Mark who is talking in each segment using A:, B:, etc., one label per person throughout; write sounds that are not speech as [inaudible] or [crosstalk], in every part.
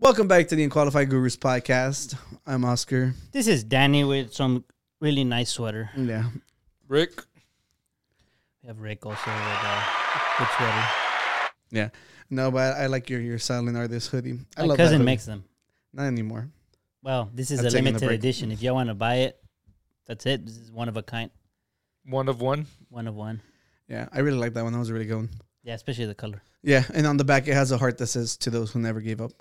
A: Welcome back to the Unqualified Gurus podcast. I'm Oscar.
B: This is Danny with some really nice sweater.
A: Yeah.
C: Rick.
B: We have Rick also with uh, good sweater.
A: Yeah. No, but I like your your silent artist hoodie. I
B: My
A: love that
B: cousin
A: hoodie.
B: makes them.
A: not anymore.
B: Well, this is
A: I'm
B: a
A: taking a
B: limited
A: break.
B: edition. If y'all want to buy it, that's it. This is one of a kind,
C: One of one.
B: one of one.
A: Yeah, I really like that one. That was a really good one.
B: Yeah, especially the color.
A: Yeah, and on the back it has a heart that says "To those who never gave up."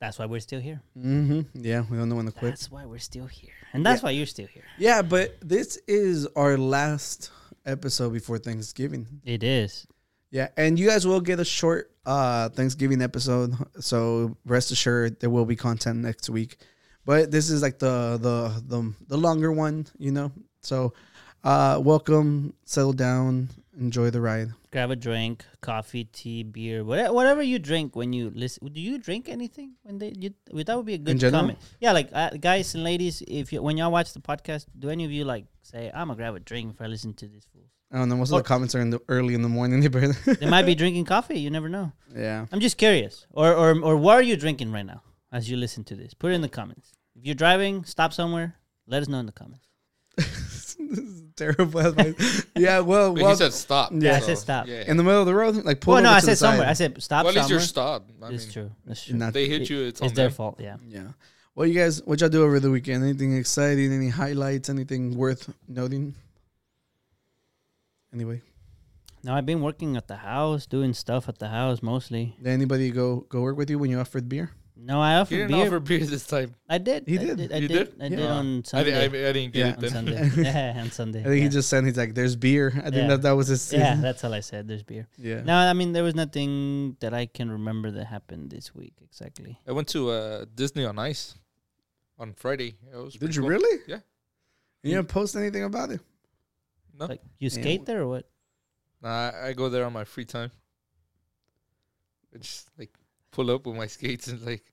B: That's why we're still here.
A: Mm-hmm. Yeah, we don't know when to quit.
B: That's why we're still here, and that's why you're still here.
A: Yeah, but this is our last episode before Thanksgiving.
B: It is.
A: Yeah, and you guys will get a short uh Thanksgiving episode, so rest assured there will be content next week. But this is like the the the, the longer one, you know. So, uh welcome, settle down, enjoy the ride.
B: Grab a drink, coffee, tea, beer, whatever, whatever you drink when you listen. Do you drink anything when they? You, well, that would be a good
A: general?
B: comment. Yeah, like uh, guys and ladies, if you, when y'all watch the podcast, do any of you like say, "I'm gonna grab a drink if I listen to these fools"?
A: I don't know. Most of
B: Oh.
A: the comments are in the early in the morning. [laughs] They barely-
B: They might be drinking coffee. You never know.
A: yeah. [laughs]
B: I'm just curious. Or, or, or what are you drinking right now as you listen to this? Put it in the comments. If you're driving, stop somewhere. Let us know in the comments.
A: Terrible advice. yeah, well,
C: Wait,
A: well
C: he said stop.
A: Yeah. I
B: said stop.
C: Yeah.
A: in the middle of the road, like pull
B: Well, no,
A: over
B: I
A: to the
B: said
A: side.
B: somewhere. I said stop
C: well, at least
B: somewhere.
C: you're stopped. I
B: It's
C: mean,
B: true. That's true.
A: Not-
C: they hit you. It's,
B: it's
C: on
B: their
C: them.
B: fault. Yeah.
A: Yeah. Well, you guys, what y'all do over the weekend? Anything exciting? Any highlights? Anything worth noting? Anyway,
B: No, I've been working at the house, doing stuff at the house mostly.
A: did anybody go go work with you when you offered beer?
B: No, I
C: He
B: offered
C: didn't
B: beer.
C: offer beer this time.
B: I did.
A: He
B: I
A: did.
B: I
C: You
B: did.
C: did?
B: I did
C: Yeah.
B: on
C: I,
B: Sunday.
C: di- I, I
A: Yeah.
C: didn't get
B: on
C: it then.
B: Sunday. [laughs] yeah, on Sunday.
A: I think
B: yeah.
A: he just said he's like, "There's beer." I think
B: Yeah.
A: that that was his. [laughs]
B: Yeah, that's all I said. There's beer.
A: yeah.
B: No, I mean there was nothing that I can remember that happened this week exactly.
C: [laughs] I went to uh, Disney on Ice on Friday. It was
A: Did
C: pretty
A: you
C: cool.
A: really?
C: Yeah.
A: You didn't post anything about it.
C: Huh?
B: Like you
A: Yeah.
B: skate there or what?
C: Nah, I I go there on my free time. I just like pull up with my skates and like,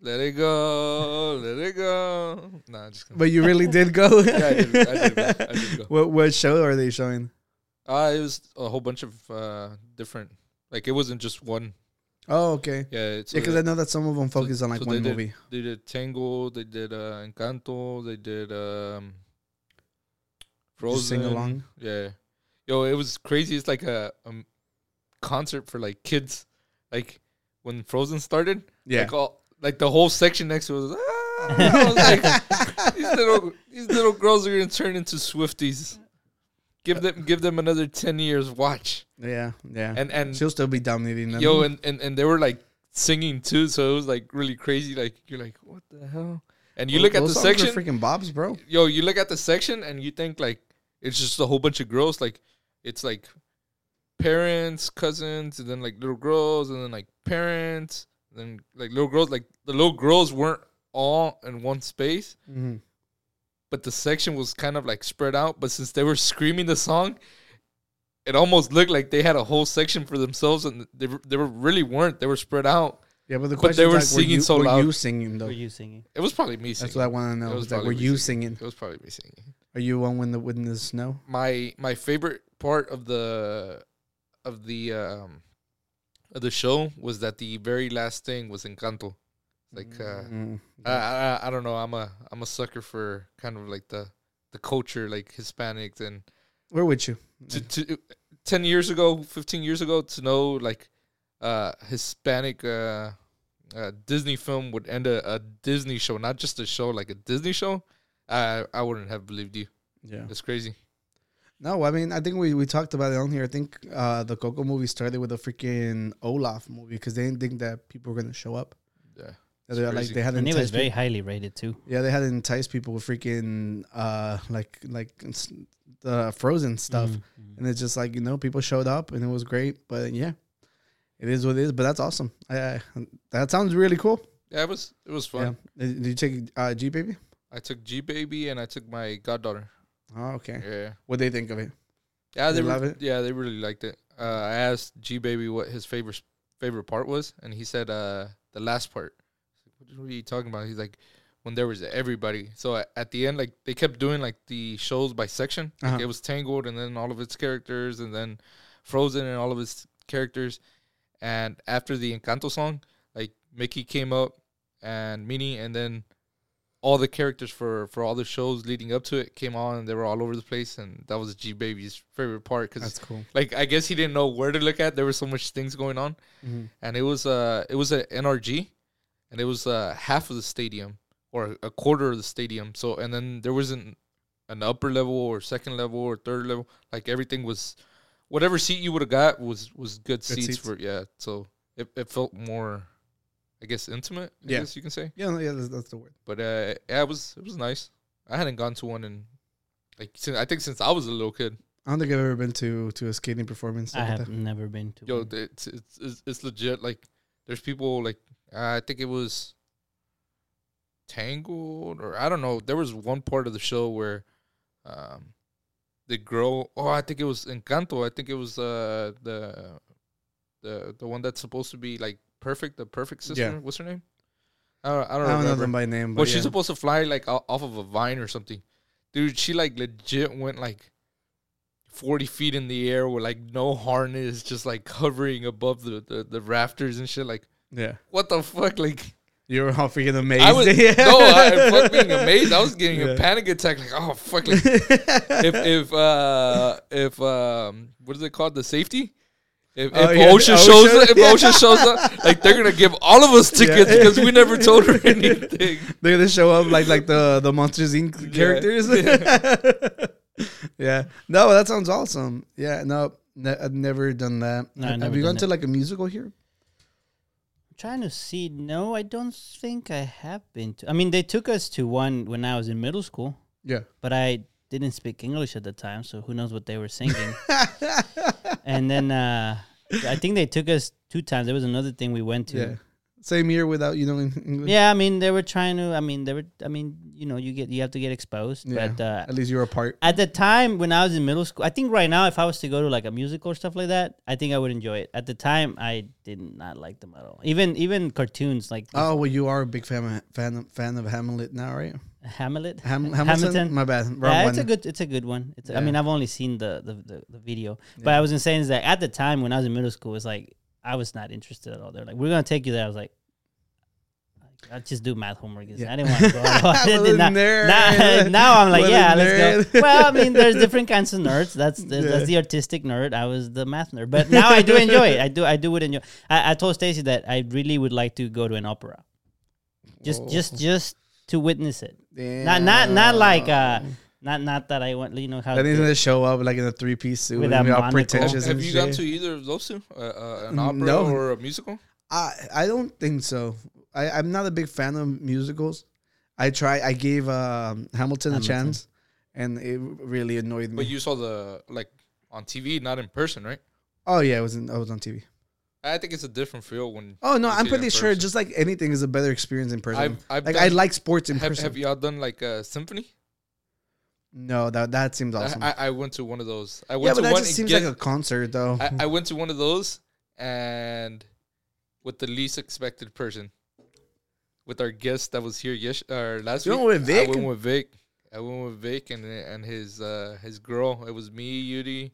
C: let it go, let it go. Nah, I'm just kidding.
A: But you really did go.
C: [laughs] yeah, I did, I did go. I did go.
A: [laughs] What what show are they showing?
C: Uh, it was a whole bunch of uh, different. Like it wasn't just one.
A: Oh, okay.
C: Yeah, it's
A: Yeah, because I
C: uh,
A: know that some of them focus on like
C: so they
A: one
C: did-
A: movie.
C: they did Tango, they did uh, Encanto, they did um, Frozen.
A: Just sing along.
C: Yeah, yo, it was crazy. It's like a um, concert for like kids. Like when Frozen started,
A: Yeah.
C: like all like the whole section next to it was.
A: [laughs]
C: "Ah," I was like, these little these little girls are gonna turn into Swifties. Give them give them another ten years. Watch
A: yeah, yeah.
C: and and
A: She'll still be dominating them.
C: Yo, and, and and they were like singing too, so it was like really crazy. Like you're like, what the hell? And you look at the
A: Those songs are
C: section,
A: freaking bobs, bro.
C: yo, you look at the section, and you think like it's just a whole bunch of girls. Like it's like parents, cousins, and then like little girls, and then like parents, and then like little girls. Like the little girls weren't all in one space.
A: Mm-hmm.
C: But the section was kind of like spread out. But since they were screaming the song, it almost looked like they had a whole section for themselves, and they they were really weren't. They were spread out.
A: Yeah, but the
C: But
A: question
C: they were
A: is, like,
C: singing
A: you,
C: so
A: were
C: loud.
A: you singing though?
B: Were you singing?
C: It was probably me singing.
A: That's what I want to know.
C: It was
A: is, like, were
C: probably
A: you
C: me
A: singing?
C: It was probably me singing.
A: Are you one when the when the snow?
C: My my favorite part of the of the um of the show was that the very last thing was Encanto. Like uh,
A: Mm.
C: I, I I don't know. I'm a I'm a sucker for kind of like the the culture, like Hispanics, and
A: Where would you?
C: to, to ten years ago, fifteen years ago, to know like uh Hispanic. uh uh, Disney film would end a, a Disney show, not just a show like a Disney show. I I wouldn't have believed you.
A: Yeah.
C: That's crazy.
A: No, I mean, I think we, we talked about it on here. I think uh, the Coco movie started with a freaking Olaf movie because they didn't think that people were gonna show up.
C: Yeah.
A: They,
C: It's
A: like
C: crazy.
A: they had
B: And it was
A: enticed
B: very highly rated too.
A: Yeah, they had to entice people with freaking uh like like s- the frozen stuff, and it's just like you know people showed up and it was great, but yeah, it is what it is. But that's awesome. I, I, that sounds really cool.
C: Yeah, it was it was fun.
A: Yeah. Did did you take uh, G baby?
C: I took G baby and I took my goddaughter.
A: Oh, okay.
C: Yeah.
A: What they think of it?
C: Yeah,
A: They
C: they, re-
A: love it?
C: Yeah, they really liked it. Uh, I asked G baby what his favorite s- favorite part was, and he said uh, the last part. I was like, What are you talking about? He's like, when there was everybody. So a- at the end, like they kept doing like the shows by section. Like,
A: Uh-huh.
C: It was Tangled, and then all of its characters, and then Frozen, and all of its characters. And after the Encanto song, like Mickey came up and Minnie, and then all the characters for for all the shows leading up to it came on, and they were all over the place, and that was G Baby's favorite part because
A: That's cool.
C: like I guess he didn't know where to look at. There were so much things going on,
A: Mhm.
C: and it was uh it was an NRG, and it was uh half of the stadium or a quarter of the stadium. So and then there wasn't an upper level or second level or third level. Like everything was, whatever seat you would have got was was good, seats,
A: seats.
C: for yeah. So it it felt more, I guess intimate. I
A: Yeah.
C: guess you can say.
A: Yeah, yeah, that's, that's the word.
C: But uh, yeah, it was it was nice. I hadn't gone to one in like since, I think since I was a little kid.
A: I don't think I've ever been to to a skating performance.
B: I
A: like
B: have
A: that.
B: never been to.
C: Yo,
B: one.
C: th- it's it's it's, it's legit. Like, there's people like uh, I think it was Tangled or I don't know. There was one part of the show where um the girl. Oh, I think it was Encanto. I think it was uh the the the one that's supposed to be like perfect. The perfect sister.
A: Yeah.
C: What's her name? I don't, I
A: I don't
C: don't,
A: know
C: remember.
A: them by name, but
C: Well,
A: yeah.
C: she's supposed to fly like o- off of a vine or something, dude. She like legit went like forty feet in the air with like no harness, just like hovering above the the, the rafters and shit. Like,
A: yeah.
C: what the fuck? Like,
A: You were all freaking amazed. [laughs]
C: I was
A: yeah.
C: [laughs] no, I fuck being amazed. I was getting a
A: Yeah.
C: panic attack. Like, oh fuck. Like,
A: [laughs]
C: if if uh if um what is it called the safety. If, if
A: Oh, yeah, Ocean.
C: Ocean shows up, if Ocean shows up, like they're gonna give all of us
A: [laughs]
C: tickets because we never told her [laughs] anything.
A: They're gonna show up like like the the Monsters Inc.
B: [laughs]
A: characters. [laughs] Yeah. No, that sounds awesome. Yeah. No, ne- I've never done that.
B: No, I've
A: have
B: never
A: you gone
B: done
A: to like a musical here?
B: I'm trying to see. No, I don't think I have been to. I mean, they took us to one when I was in middle school,
A: Yeah.
B: but I didn't speak English at the time, so who knows what they were
A: [laughs]
B: singing. and then uh, I think they took us two times. There was another thing we went to.
A: Yeah. Same year without you knowing English.
B: Yeah, I mean they were trying to. I mean they were. I mean you know you get you have to get exposed.
A: Yeah.
B: But uh,
A: At least you're a part.
B: at the time when I was in middle school, I think right now if I was to go to like a musical or stuff like that, I think I would enjoy it. At the time, I did not like them at all. Even even cartoons like
A: Oh well, you are a big fan of, fan of, fan of Hamlet now, right?
B: Hamlet.
A: Ham, Hamilton? My bad. Wrong
B: yeah,
A: one.
B: it's a good it's a good one. It's, I
A: Yeah.
B: mean I've only seen the the, the, the video, but
A: Yeah.
B: I was insane is that at the time when I was in middle school, it's like I was not interested at all. They're like, we're gonna take you there. I was like. I just do math homework. It's-
A: Yeah.
B: I didn't want
A: [laughs]
B: to go. [laughs] I did
A: Wasn't
B: not-
A: there.
B: now, [laughs] now I'm like,
A: Wasn't
B: yeah, let's go.
A: there.
B: [laughs] Well, I mean, there's different kinds of nerds. That's the,
A: Yeah.
B: that's the artistic nerd. I was the math nerd, but now I do enjoy it. I do I do would enjoy. I, I told Stacy that I really would like to go to an opera, just
A: Whoa.
B: just just to witness it. Not not not like uh,
A: Damn.
B: not not that I want. You know how
A: Then he's gonna show up like in a three piece suit
B: With
A: and
B: that
A: be all
B: monocle.
A: pretentious.
C: Have
A: and
C: you gone
A: shit.
C: to either of those two? Uh, uh, an
A: Mm,
C: opera
A: no.
C: or a musical?
A: I I don't think so. I, I'm not a big fan of musicals. I try. I gave um, Hamilton, a
B: Hamilton.
A: chance, and it really annoyed me.
C: But you saw the like on TV, not in person, right?
A: oh yeah, I was in, I was on TV.
C: I think it's a different feel when.
A: Oh no,
C: you
A: I'm
C: see it in
A: pretty sure.
C: person.
A: Just like anything is a better experience in person.
C: I've- I've
A: like
C: done-
A: I like sports in
C: Have,
A: person.
C: have y'all done like a symphony?
A: no, that that seems awesome.
C: I, I, I went to one of those. I
A: yeah,
C: went
A: but
C: to
A: that
C: one.
A: just
C: and
A: seems
C: get-
A: like a concert though.
C: I
A: [laughs]
C: I went to one of those and with the least expected person, with our guest that was here yes or last
A: You
C: week.
A: went with Vic?
C: I went with Vic. I went with Vic and and his uh his girl. It was me, Yudi,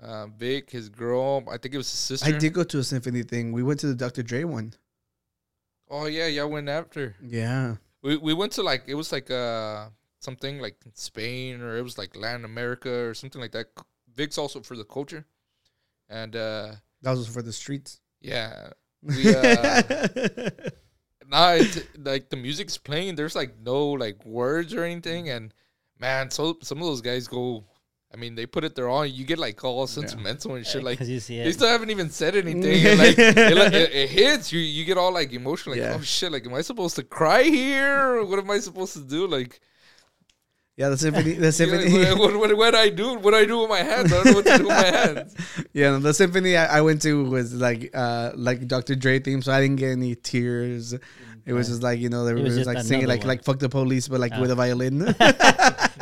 C: uh, Vic, his girl. I think it was his sister.
A: I did go to a symphony thing. We went to the Dr. Dre one.
C: Oh yeah, y'all went after.
A: Yeah.
C: We we went to like it was like uh something like Spain or it was like Latin America or something like that. C- Vic's also for the culture, and uh
A: That was for the streets.
C: yeah, we, uh, now it's like the music's playing. There's like no like words or anything, and man, so some of those guys go. I mean, they put it there on. You get like all sentimental and shit. Like
B: because you see
C: They
B: it.
C: still haven't even said anything. and, like it, like, it- it hits you. You get all like emotional. Like
A: Yeah.
C: oh shit! Like am I supposed to cry here? What am I supposed to do? Like,
A: [laughs] yeah, the
C: [laughs]
A: symphony. The
C: you know,
A: symphony. [laughs]
C: what, what, what, what I do? What I do with my hands? I don't know what to do with my hands.
A: Yeah, the symphony I, I went to was like uh like Dr. Dre theme, so I didn't get any tears. It was just like you know they were
B: was
A: just
B: just
A: like singing
B: another
A: like
B: one. Ah.
A: like fuck the police, but like with a
B: [laughs]
A: violin. [laughs]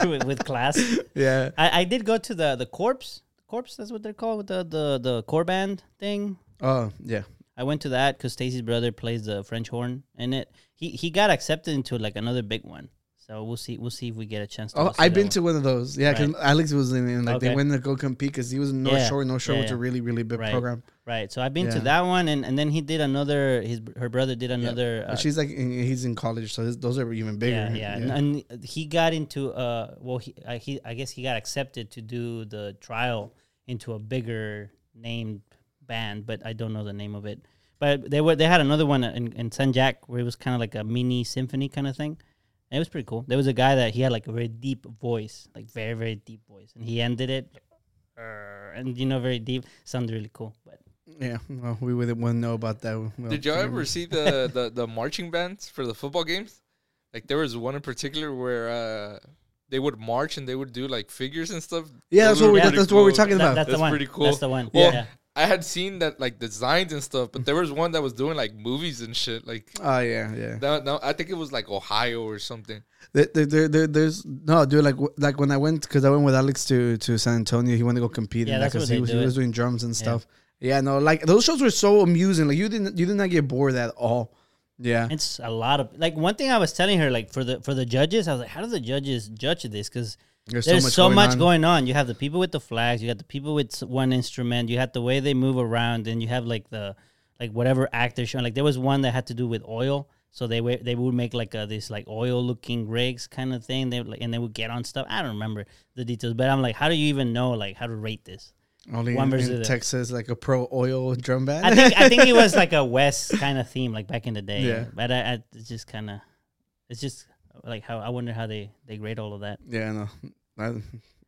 B: with, with class.
A: yeah,
B: I, I did go to the the corpse corpse. That's what they're called with the the the core band thing.
A: oh yeah,
B: I went to that because Stacy's brother plays the French horn in it. He he got accepted into like another big one. So we'll see. We'll see if we get a chance. to
A: Oh,
B: go see
A: I've
B: that
A: been
B: one.
A: to one of those. Yeah, because Alex was in, and like they
B: Okay.
A: went to go compete because he was in North
B: Yeah,
A: Shore. North Shore
B: yeah,
A: was a
B: yeah.
A: really really big
B: Right.
A: program.
B: Right. So I've been to
A: Yeah.
B: that one, and, and then he did another. His her brother did another.
A: But
B: uh,
A: she's like in, he's in college, so his, those are even bigger.
B: yeah, yeah, And, and he got into uh, well, he I, he I guess he got accepted to do the trial into a bigger named band, but I don't know the name of it. But they were they had another one in, in San Jack where it was kind of like a mini symphony kind of thing. And it was pretty cool. There was a guy that he had like a very deep voice, like very very deep voice, and he ended it, "Arr," and you know, very deep. Sounded really cool, but
A: Yeah, well, we wouldn't want to know about that. Well,
C: Did y'all ever see
A: [laughs]
C: the, the the marching bands for the football games? Like there was one in particular where uh, they would march and they would do like figures and stuff.
A: Yeah, that's
C: Those
A: what
C: were
A: we
B: Yeah.
A: that's,
C: pretty
A: that's what we're
C: cool.
A: talking
B: That-
A: about.
B: that's the
C: That's
B: one.
C: pretty cool.
B: That's the one.
C: Well,
B: yeah.
C: I had seen that like designs and stuff, but there was one that was doing like movies and shit. Like
A: oh yeah, yeah.
C: that, that- I think it was like Ohio or something.
A: There, there, there, there- there's no dude. Like, w- like when I went because I went with Alex to to San Antonio. He wanted to go compete.
B: Yeah,
A: in that
B: that's where
A: because he was
B: they do
A: he
B: it.
A: was doing drums and stuff. Yeah, no, like those shows were so amusing. Like you didn't you did not get bored at all. Yeah,
B: It's a lot of like one thing I was telling her like for the for the judges I was like how do the judges judge this because
A: there's,
B: there's so much, going,
A: on.
B: on. You have the people with the flags, you got the people with s- one instrument, you have the way they move around, and you have like the like whatever act they're showing. Like there was one that had to do with oil, so they wa- they would make like a, this like oil looking rigs kind of thing. They would, like, and they would get on stuff. I don't remember the details, but I'm like, how do you even know like how to rate this?
A: Only
B: One
A: in,
B: versus
A: in
B: the-
A: Texas, like a pro oil drum band.
B: I think I think
A: [laughs]
B: it was like a West kind of theme, like back in the day.
A: Yeah.
B: But I, I it's just kind of, it's just like how I wonder how they they grade all of that
A: yeah, no. I-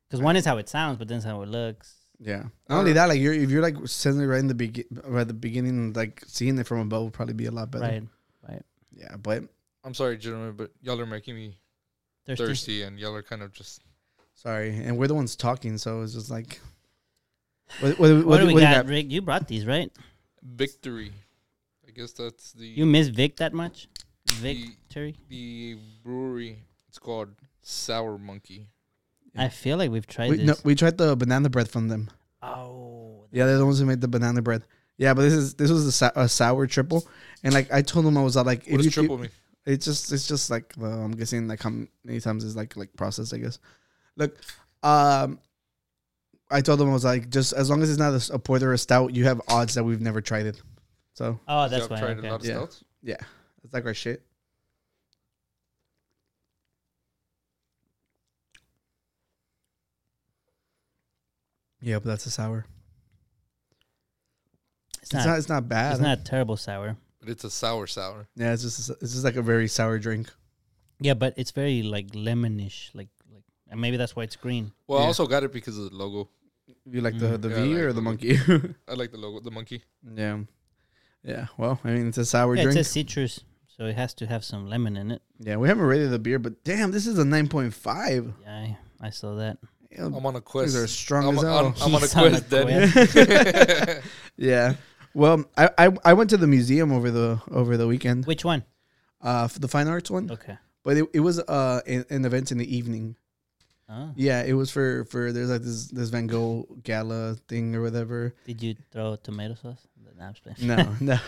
B: because one is how it sounds, but then it's how it looks.
A: yeah. Not only that, like you're if you're like sitting right in the begin, right at the beginning, like seeing it from above would probably be a lot better.
B: Right.
A: Yeah, but
C: I'm sorry, gentlemen, but y'all are making me
B: Thirsty.
C: thirsty, and y'all are kind of just.
A: sorry, and we're the ones talking, so it's just like, what, what, what,
B: What, do we
A: you
B: got,
A: got?
B: Rick? You brought these, right?
C: Victory. I guess that's the
B: You miss Vic that much? Victory.
C: the brewery. It's called Sour Monkey.
B: I feel like we've tried
A: We,
B: this.
A: no, we tried the banana bread from them.
B: Oh,
A: Yeah, they're the ones who made the banana bread. Yeah, but this is this was a, sou- a sour triple, and like I told them, I was uh, like,
C: What
A: if
C: does
A: you
C: triple
A: keep-
C: mean?
A: it's just it's just like well, I'm guessing like how many times is like like processed, I guess. Look, um, I told them I was like, just as long as it's not a, s- a porter or a stout, you have odds that we've never tried it. So
B: oh,
C: Y'all
B: that's why.
C: tried
B: Okay.
C: a lot of
A: Yeah.
C: stouts.
A: yeah, it's like our shit. Yeah, but that's a sour.
B: It's
A: It's, not,
B: not.
A: It's not bad.
B: It's not terrible sour.
C: But it's a sour sour.
A: Yeah, it's just it's just like a very sour drink.
B: Yeah, but it's very like lemonish, like like, and maybe that's why it's green.
C: Well, I
A: Yeah.
C: also got it because of the logo.
A: You like the
B: Mm,
A: the
C: yeah, I
A: V
C: like
A: or
C: the
A: the monkey? [laughs]
C: I like the logo, the monkey.
A: yeah, yeah. Well, I mean, it's a sour
B: Yeah, it
A: drink.
B: says citrus, so it has to have some lemon in it.
A: yeah, we haven't rated the beer, but damn, this is a nine point five.
B: Yeah, I, I saw that. Oh.
C: I'm on a quest.
A: These are strong
C: I'm,
A: as
C: on-
A: hell.
C: I'm, I'm on a
B: He's on a
C: quest, [laughs] Danny.
A: [laughs]
B: quest.
A: yeah. Well, I, I I went to the museum over the over the weekend,
B: Which one?
A: uh, for the fine arts one, [laughs]
B: Okay.
A: but it, it was uh an, an event in the evening.
B: Oh,
A: Yeah, it was for for there's like this this Van Gogh gala thing or whatever.
B: did you throw tomato sauce? No, I'm just playing.
A: No, [laughs] no.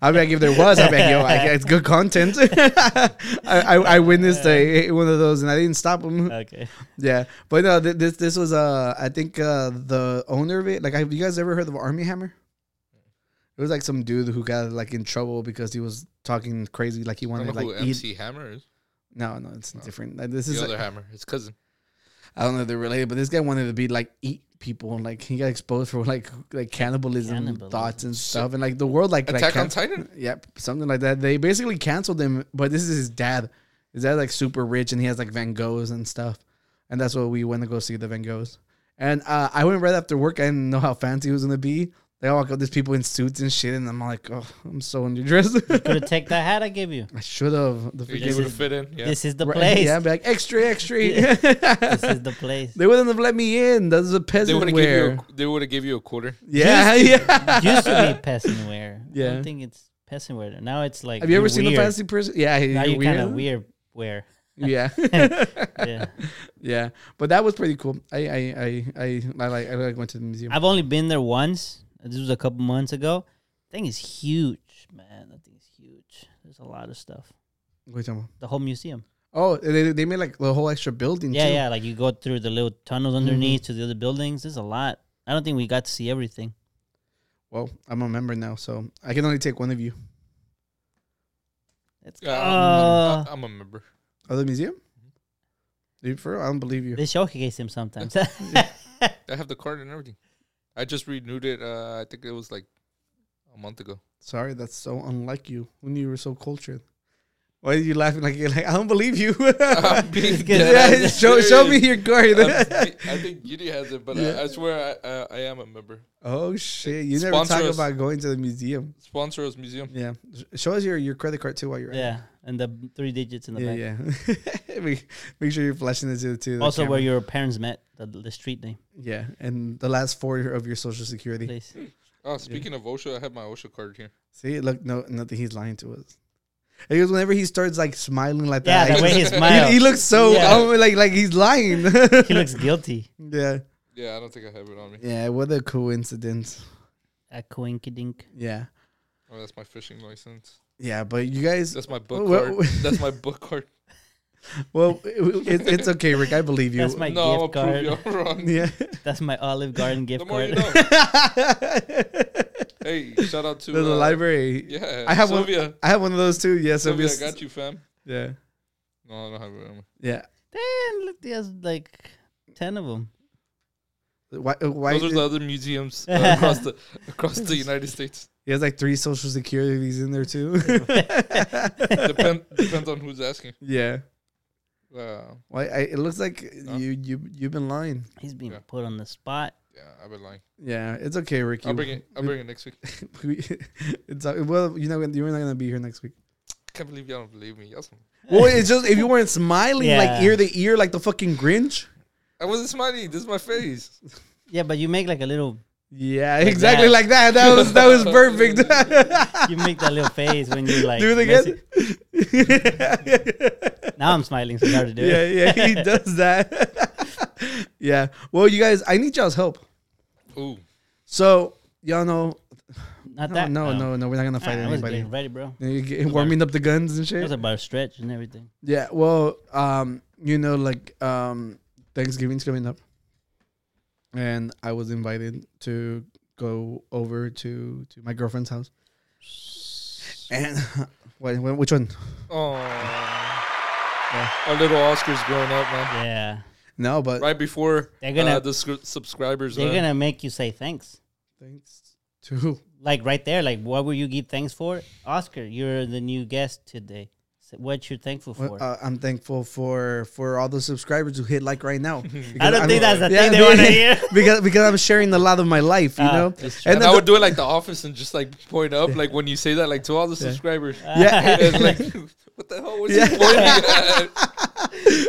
A: I mean, if there was, I mean, yo, I, it's good content. [laughs] I, I, I witnessed a, one of those, and I didn't stop him.
B: [laughs] Okay.
A: Yeah, but no, th- this this was uh, I think uh, the owner of it. Like, have you guys ever heard of Army Hammer? It was like some dude who got like in trouble because he was talking crazy, like he
C: I don't know
A: wanted like
C: who
A: eat.
C: MC Hammer is.
A: No, no, it's different. Like, this
C: The
A: is
C: other
A: like,
C: Hammer, his cousin.
A: I don't know if they're related, but this guy wanted to be like eat people, and like he got exposed for like like cannibalism,
B: Cannibalism.
A: thoughts and stuff, and like the world like like
C: Attack on
A: can-
C: Titan.
A: Yep, something like that. They basically canceled him, but this is his dad. His dad's like super rich, and he has like Van Goghs and stuff. And that's what we went to go see the Van Goghs. And uh, I went right after work. I didn't know how fancy it was gonna be. They all got these people in suits and shit, and I'm like, oh, I'm so underdressed. [laughs]
B: Could have take that hat I gave you.
A: I should have. The
C: You
A: freaking- [laughs]
C: would have fit in. Yeah.
B: This is the
A: Right,
B: place.
A: Yeah, I'd be like extra, extra.
B: Yeah. [laughs] this is the
A: [laughs]
B: place.
A: they wouldn't have let me in. That's a
C: They would
A: peasant
C: have give you. A,
A: wear.
C: qu- they would have give you a quarter.
A: Yeah, yeah.
B: used to be peasant wear. I
A: Yeah.
B: don't think it's peasant wear. Now it's like.
A: Have you ever seen
B: weird.
A: a fancy person? Yeah,
B: Now
A: you're
B: you're kind of weird wear.
A: [laughs] Yeah.
B: [laughs] Yeah.
A: Yeah, but that was pretty cool. I I I I, I like I like went to the museum.
B: I've only been there once. This was a couple months ago. Thing is huge, man. That thing's huge. There's a lot of stuff.
A: What are you talking
B: The whole museum.
A: Oh, they, they made like the whole extra building.
B: Yeah,
A: too. Mm-hmm.
B: yeah. Like you go through the little tunnels underneath to the other buildings. There's a lot. I don't think we got to see everything.
A: Well, I'm a member now, so I can only take one of you.
B: Let's
C: Yeah, mm-hmm.
B: go.
A: Uh,
C: I'm- I- I'm a member.
A: Of the museum? Dude, for real, I don't believe you.
B: [laughs] Mm-hmm. they showcase him sometimes.
C: I have the card and everything. I just renewed it. Uh, I think it was like a
A: [laughs]
C: month ago.
A: Sorry, that's so unlike you. Who knew you were so cultured? Why are you laughing like [laughs] you're like I don't believe you? [laughs]
C: I'm being
B: It's 'cause
C: dead
A: yeah,
C: ass
A: show, show me
C: serious.
A: your card.
C: I'm- Um, I think Yudi has it, but uh,
A: Yeah.
C: I, I swear I, uh, I, I am a member.
A: oh shit! You never
C: Sponsor
A: talk
C: us.
A: about going to the museum.
C: Sponsor us, museum.
A: Yeah, show us your, your credit card too while you're at it.
B: [laughs] yeah, and the three digits in the
A: yeah
B: back.
A: yeah. [laughs] make, make sure you're flashing this to the to the
B: Also, where
A: camera.
B: your parents met, the, the street name,
A: yeah, and the last four of your social security.
B: please.
C: Oh, speaking of OSHA, I have my OSHA card here.
A: See, look, no, nothing. He's lying to us. Because whenever he starts like smiling like
B: Yeah,
A: that, like,
B: the way he
A: he, he
B: smiles,
A: looks so
B: Yeah.
A: oh, like like he's lying. [laughs]
B: he looks guilty.
A: yeah,
C: Yeah, I don't think I have it on me.
A: yeah. What a coincidence.
B: A coinkydink.
A: Yeah,
C: Oh, that's my fishing license.
A: yeah. But you
B: [laughs]
A: guys,
C: That's my book
A: Well,
C: card. That's my
A: [laughs]
C: book card.
A: well, it, it's okay, Rick. I believe you.
B: That's my
C: no, I'll
B: gift card.
C: prove you
A: [laughs]
C: wrong.
A: yeah.
B: [laughs] That's my Olive Garden
C: [laughs] The
B: gift
C: more you
B: card. [laughs]
A: [laughs]
C: know.
A: the
C: Hey, shout out to uh,
A: library.
C: Yeah,
A: I have
C: Sylvia.
A: one. I have one of those too. Yeah,
C: Sylvia,
A: [laughs] Sylvia.
C: I got you, fam.
A: Yeah,
C: No, I don't have it. on me.
A: yeah.
B: Damn, look, he has like ten of them.
A: Why? uh, Why?
C: Those are the
A: [laughs]
C: other museums uh, across the across the United States.
A: he has like three social securities in there too.
C: Depend depends on who's asking.
A: [laughs] yeah.
C: Uh,
A: Why? I, it looks like
C: Huh?
A: you you you've been lying.
B: He's being
C: Yeah.
B: put on the spot.
C: yeah, I've been lying.
A: Yeah, it's okay, Ricky.
C: I'll
A: [laughs]
C: bring it. I'll bring it next week.
A: it's uh, well, you know, you're not gonna be here next
B: [laughs]
A: week.
C: Can't believe y'all don't believe me. Y'all some-
A: Well, it's just if you weren't smiling like
B: Yeah.
A: ear to ear like the fucking Grinch.
C: I wasn't smiling. This is my face.
A: [laughs]
B: Yeah, but you make like a little,
A: Yeah,
B: Like
A: exactly
B: that.
A: like that. That was that
C: [laughs]
A: was perfect. [laughs]
B: you make that little face when you like.
A: do it
B: mess
A: again. [laughs] yeah,
B: Now I'm smiling, so it's hard to do it.
A: [laughs] yeah,
B: [laughs]
A: he does that. [laughs] yeah. Well, you guys, I need y'all's help.
C: Ooh,
A: So y'all know.
B: Not
A: No,
B: that.
A: no,
B: oh.
A: no, no. We're not gonna fight
B: I was
A: anybody.
B: getting ready, bro.
A: You get- warming up the guns and
B: It
A: shit.
B: was about a stretch and everything.
A: Yeah, well, um, you know, like um, Thanksgiving's coming up, and I was invited to go over to to my girlfriend's house. And [laughs] what, what- which one?
C: oh, our little Oscars growing up, man.
B: Yeah,
A: No, but
C: Right before
B: They're gonna-
C: uh, the scr- subscribers.
B: they're
C: uh,
B: gonna make you say thanks.
A: thanks to
B: Like right there, like what will you give thanks for? Oscar, you're the new guest today. So what you're thankful for?
A: well, uh, I'm thankful for for all the subscribers who hit like right now. Because
B: [laughs] I don't
A: I'm-
B: think that's the
A: yeah,
B: thing they want to
A: because-
B: hear.
A: [laughs] because because I'm sharing a lot of my life, you
B: Ah,
A: know.
B: that's true.
A: And
C: And
A: then
C: I
A: the-
C: would do it like the office and just like point up, like when you say that, like to all the subscribers.
B: Uh,
A: [laughs] yeah,
C: [laughs] And like, what the hell was he pointing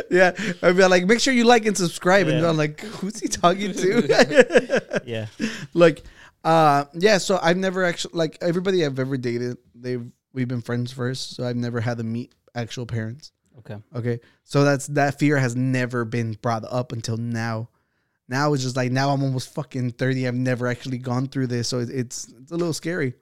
B: [laughs]
C: at?
A: yeah. I'd be like, make sure you like and subscribe, and
B: Yeah.
A: I'm like, who's he talking
B: [laughs]
A: to?
B: [laughs]
A: [laughs]
B: yeah,
A: like uh yeah so i've never actually like everybody i've ever dated they've we've been friends first so i've never had to meet actual parents
B: okay.
A: okay so that's that fear has never been brought up until now now it's just like now i'm almost fucking 30 i've never actually gone through this so it, it's it's a little scary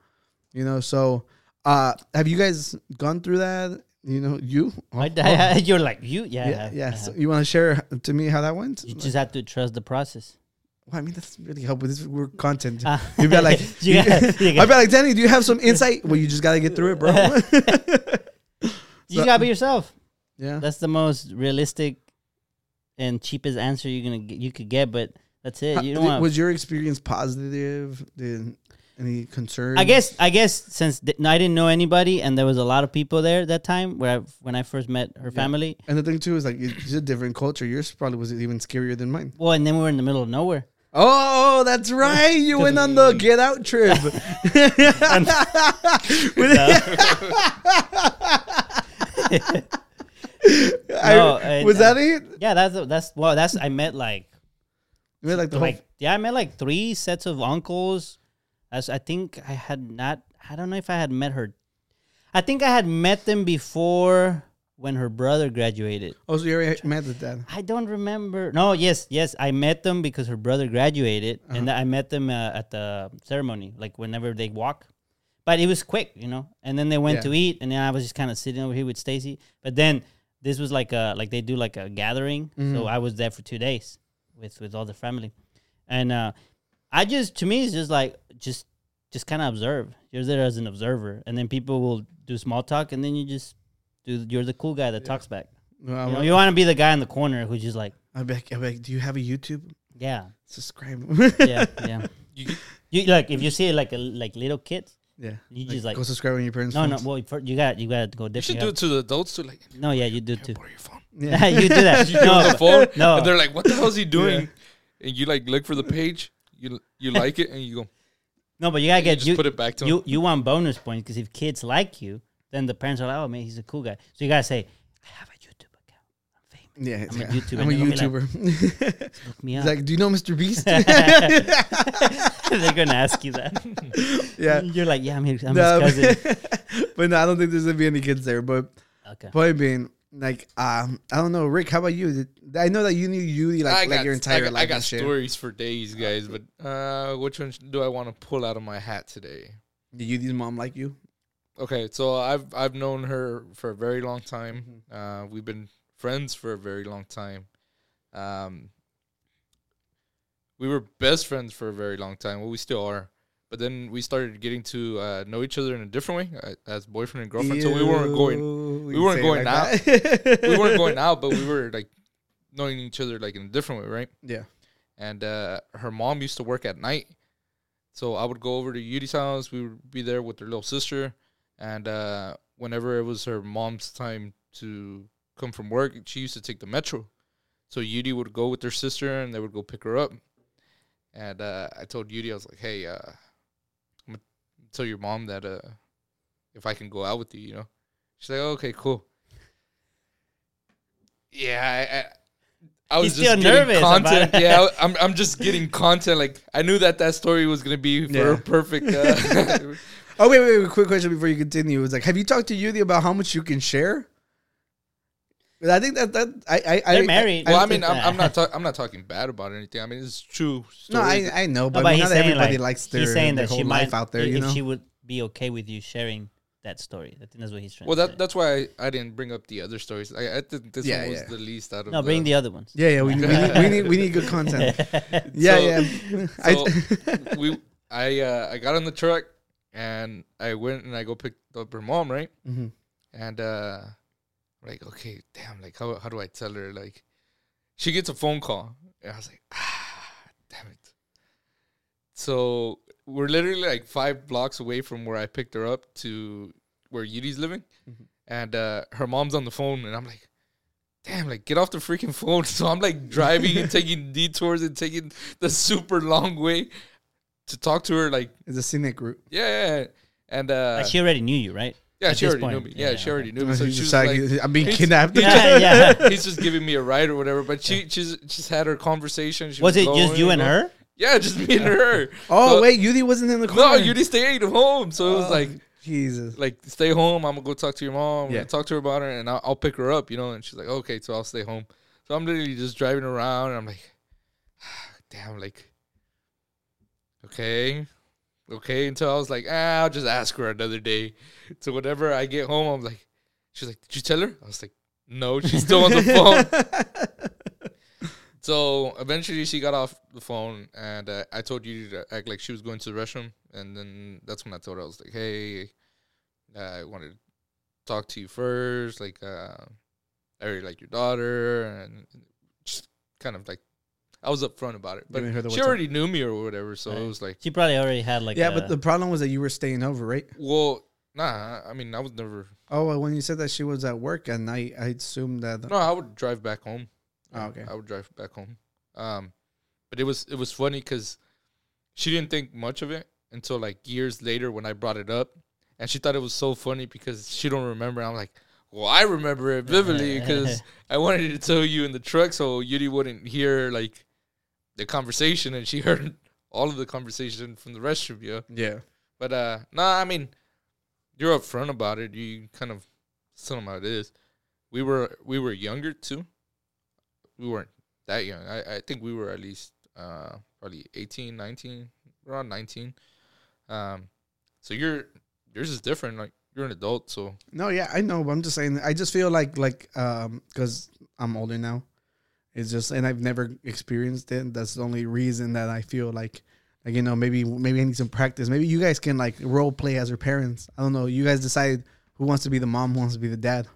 A: you know so uh have you guys gone through that you know you
B: I,
A: yeah
B: I- [laughs] you're like you, yeah, I
A: yeah,
B: have, I
A: So
B: have.
A: you want to share to me how that went
B: you just have to trust the process.
A: well, i mean that's really helpful this we're content
B: Ah.
A: You'd be like,
B: [laughs]
A: [laughs]
B: You gotta- you
A: I'd
B: gotta-
A: be like, Danny, do you have some insight? Well, you just gotta get through it,
B: [laughs]
A: bro. [laughs]
B: you just gotta be yourself.
A: yeah,
B: That's the most realistic and cheapest answer you're gonna get, you could get, but that's it. You don't want.
A: Uh, was your experience positive? Did any concern?
B: I guess I guess since th- I didn't know anybody and there was a lot of people there that time where I, when I first met her family.
A: And the thing too is like it's a different culture. Yours probably was even scarier than mine.
B: Well, and then we were in the middle of
A: [laughs]
B: nowhere.
A: Oh, that's right. You went on the get out [laughs] trip. I-
B: No, and-
A: was that it?
B: Yeah, that's that's well, that's I met like
A: You mean, like [laughs] the
B: like yeah, I met like three sets of uncles. As I think I had not. I don't know if I had met her. I think I had met them before when her brother graduated.
A: whole. Oh, so you already met the dad.
B: I don't remember. No, yes, yes, I met them because her brother graduated, and I met them uh, at the ceremony, like whenever they walk. But it was quick, you know. And then they went
A: Yeah.
B: to eat, and then I was just kind of sitting over here with Stacy. But then this was like a like they do like a gathering. So
A: Mhm.
B: I was there for two days with with all the family, and uh, I just to me it's just like just just kind of observe. You're there as an observer, and then people will do small talk, and then you just do. You're the cool guy that
C: Yeah.
B: talks back.
A: Well,
B: Um, You, know, you want to be the guy in the corner who's just like,
A: I'd be like, I'd be like, do you have a YouTube?
B: yeah,
A: Subscribe. [laughs]
B: yeah, yeah.
C: You-
B: You like if you see like a, like little kids,
A: yeah.
B: you just like
A: go subscribe on your parents. [laughs]
B: no, no.
A: phones.
B: Well, first, you got you got to go
C: You
B: dip.
C: should
B: your hand.
C: do it to the adults too. Like,
B: No, yeah, you do too.
C: can I borrow your phone?
A: Yeah.
B: [laughs] you do that.
C: [laughs] You
B: no,
C: on the phone,
B: no.
C: and they're like, "What the hell is he doing?" And you like look for the page. You
B: [laughs]
C: you like it, and you go.
B: no, but you gotta
C: You
B: get
C: just
B: you
C: put it back to
B: you
C: him.
B: you want bonus points because if kids like you, then the parents are like, oh man, he's a cool guy. So you gotta say, I have a YouTube account. I'm famous.
A: [laughs] Yeah.
B: I'm a
A: yeah.
B: YouTuber,
A: I'm a
B: and they'll be
A: [laughs] YouTuber.
B: Look me
A: He's
B: up.
A: like, do you know Mr. Beast?
B: [laughs]
A: [laughs]
B: they're gonna ask you that.
A: yeah.
B: [laughs] You're like, yeah, I'm his, I'm
A: No, [laughs]
B: his cousin.
A: but [laughs] no, I don't think there's gonna be any kids there. But
B: Okay.
A: point being, like, um, I don't know, Rick. How about you? Did, I know that you knew Yuli
C: I
A: like,
C: got,
A: like your entire
C: I got,
A: life
C: I got
A: and shit.
C: stories for days, guys. But uh, which one sh- do I want to pull out of my hat today?
A: Did Yuli's mom like you?
C: Okay, so I've I've known her for a very long time. Uh, we've been friends for a very long time. Um, we were best friends for a very long time. Well, we still are. But then we started getting to uh, know each other in a different way, uh, as boyfriend and girlfriend. So we weren't going
A: We
C: weren't going out. we weren't going out, but we were like knowing each other like in a different way, right?
A: [laughs] Yeah.
C: And uh, her mom used to work at night, so I would go over to Yudi's house. We would be there with her little sister, and uh, whenever it was her mom's time to come from work, she used to take the metro. So Yudi would go with her sister, and they would go pick her up. And uh, I told Yudi, I was like, "Hey, uh, I'm gonna tell your mom that uh, if I can go out with you, you know." She's like, "Okay, cool." Yeah, I, I, I was
B: He's
C: just
B: still
C: getting
B: nervous about
C: content.
B: it.
C: Yeah, I- I'm, I'm just getting content. Like I knew that that story was gonna be for
A: Yeah.
C: a perfect.
A: [laughs]
C: Uh,
A: Oh wait, wait, wait! Quick question before you continue. It was like, have you talked to Yuli about how much you can share? 'Cause I think that that I I
B: They're
A: I,
B: married.
A: I,
C: [laughs] well,
A: I
C: I mean, I'm, I'm not talk- I'm not talking bad about anything. I mean, it's true.
A: no,
C: stories.
A: I I know, but,
B: but
A: not
B: he's
A: that
B: saying,
A: everybody
B: like-
A: likes their,
B: He's saying
A: their
B: that
A: whole
B: she
A: life
B: might
A: out there.
B: if
A: You know,
B: she would be okay with you sharing that story. I think that's what he's trying.
C: Well,
B: to
C: that that's why I, I didn't bring up the other stories. I, I think this
A: Yeah,
C: one was
A: yeah.
C: the least out of.
B: say. no, bring the other ones.
A: yeah, yeah, we, we, need, we need we need good
B: [laughs]
A: content. Yeah, [laughs] yeah.
C: So we I uh, I got on the truck and I went and I go pick up her mom right
A: Mhm.
C: and uh like okay damn like how how do I tell her like she gets a phone call and I was like ah damn it so we're literally like five blocks away from where I picked her up to where Yudi's living
B: Mm-hmm.
C: and uh, her mom's on the phone, and I'm like, damn, like get off the freaking phone. [laughs] So I'm like driving and taking [laughs] detours and taking the super long way to talk to her. Like,
A: It's a scenic route.
C: yeah, yeah, yeah. and uh,
B: Like, she already knew you,
C: [laughs]
B: right?
C: yeah,
B: at
C: she
B: this
C: already knew
B: point,
C: me. Yeah,
B: yeah,
C: she already knew me.
A: [laughs] He's
C: So she
A: just
C: was
A: like,
C: like,
A: I'm being
C: it's-
A: kidnapped.
B: yeah, yeah.
C: he's just giving me a ride or whatever. But she, she's she's had her conversation.
B: [laughs]
C: She
B: Was it just
C: going
B: you and her?
C: Yeah, just me
B: [laughs]
C: and her.
A: [laughs] Oh
C: So-
A: wait, Yuli wasn't in the car.
C: No, you just stayed home, so it was
A: Oh,
C: like
A: Jesus.
C: like stay home. I'm gonna go talk to your mom. I'm
A: Yeah.
C: gonna talk to her about her, and I'll, I'll pick her up. You know, and she's like, okay, so I'll stay home. So I'm literally just driving around, and I'm like, [sighs] damn, like, okay, okay. Until I was like, ah, I'll just ask her another day. So whenever I get home, I'm like, she's like, did you tell her? I was like, no, she's still
A: [laughs]
C: on the phone. So eventually she got off the phone, and uh, I told you to act like she was going to the restroom, and then that's when I told her I was like, "Hey, uh, I wanted to talk to you first. Like, uh, I really like your daughter, and just kind of like I was upfront about it. But
A: made her the
C: she
A: what's up.
C: already knew me or whatever, so it
B: Right.
C: was like,
B: She probably already had like uh,
A: yeah,
B: a-
A: but the [laughs] problem was that you were staying over, right?
C: well, nah. I mean, I was never.
A: Oh, well, when you said that she was at work at night, I assumed that.
C: No, I would drive back home.
A: Oh, okay.
C: I would drive back home. Um, but it was it was funny because she didn't think much of it until like years later when I brought it up, and she thought it was so funny because she don't remember. I'm like, well, I remember it vividly
A: [laughs]
C: because I wanted to tell you in the truck so Yudi wouldn't hear like the conversation, and she heard all of the conversation from the rest of you.
A: Yeah.
C: But uh, nah, I mean, you're upfront about it. You kind of tell them how it is. We were we were younger too. We weren't that young. I, I think we were at least uh probably 18, 19, around 19. Um, so your yours is different. Like you're an adult, so
A: No, yeah, I know, but I'm just saying. I just feel like like um because I'm older now. It's just, and I've never experienced it. That's the only reason that I feel like, like you know, maybe maybe I need some practice. Maybe you guys can like role play as your parents. I don't know. You guys decide who wants to be the mom, who wants to be the dad.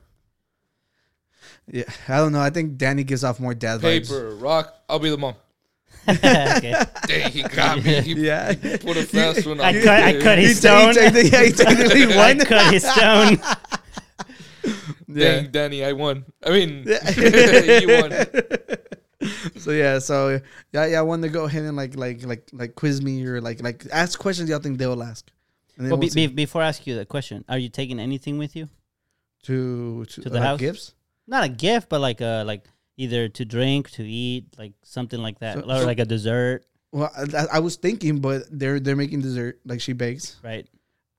A: Yeah, I don't know. I think Danny gives off more dad vibes.
C: paper rock. I'll be the mom.
B: [laughs]
A: [laughs]
B: okay.
C: Dang, he got me. He
A: Yeah, [laughs]
C: put a fast one.
B: I
C: out
B: cut- I
C: there.
B: cut it.
A: He's
B: He's down.
A: yeah,
C: [laughs]
A: he technically
B: I
A: won. [laughs]
B: cut his stone.
A: Yeah.
C: Dang, Danny, I won. I mean, [laughs]
A: Yeah.
C: you won.
A: so yeah, so yeah, yeah, I want to go ahead and like like like like quiz me or like like ask questions y'all think they'll ask. And then
B: Well,
A: we'll
B: be,
A: see.
B: be, before I ask you that question, are you taking anything with you?
A: to to,
B: to
A: the
B: the
A: uh,
B: house?
A: gifts.
B: Not a gift, but like a like either to drink, to eat, like something like that,
A: So-
B: or
A: so-
B: like a dessert,
A: Well, I, I was thinking, but they're they're making dessert. Like she bakes.
B: right?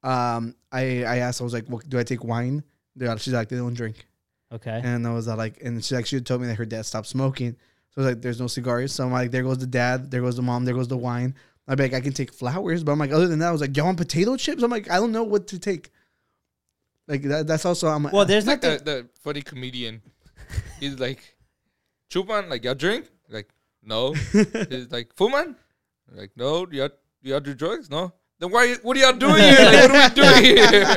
A: Um, I I asked. I was like, well, "Do I take wine?" They're like- she's like, "They don't drink."
B: Okay.
A: [laughs] And I was uh, like, and she like she told me that her dad stopped smoking. So I was like, "There's no cigars." So I'm like, "There goes the dad. There goes the mom. There goes the wine." I like, I can take flowers, but I'm like, other than that, I was like, "Y'all want potato chips?" I'm like, I don't know what to take. Like that, that's also I'm like,
B: Well, there's
C: It's like
B: not
C: that, that funny comedian. He's like, Chupan, like, y'all drink? Like,
A: [laughs]
C: no. He's like, Fuman? Like, no. Do y'all, do y'all do drugs? No. Then why? What are y'all doing here? Like, what are we doing here? You-
A: [laughs]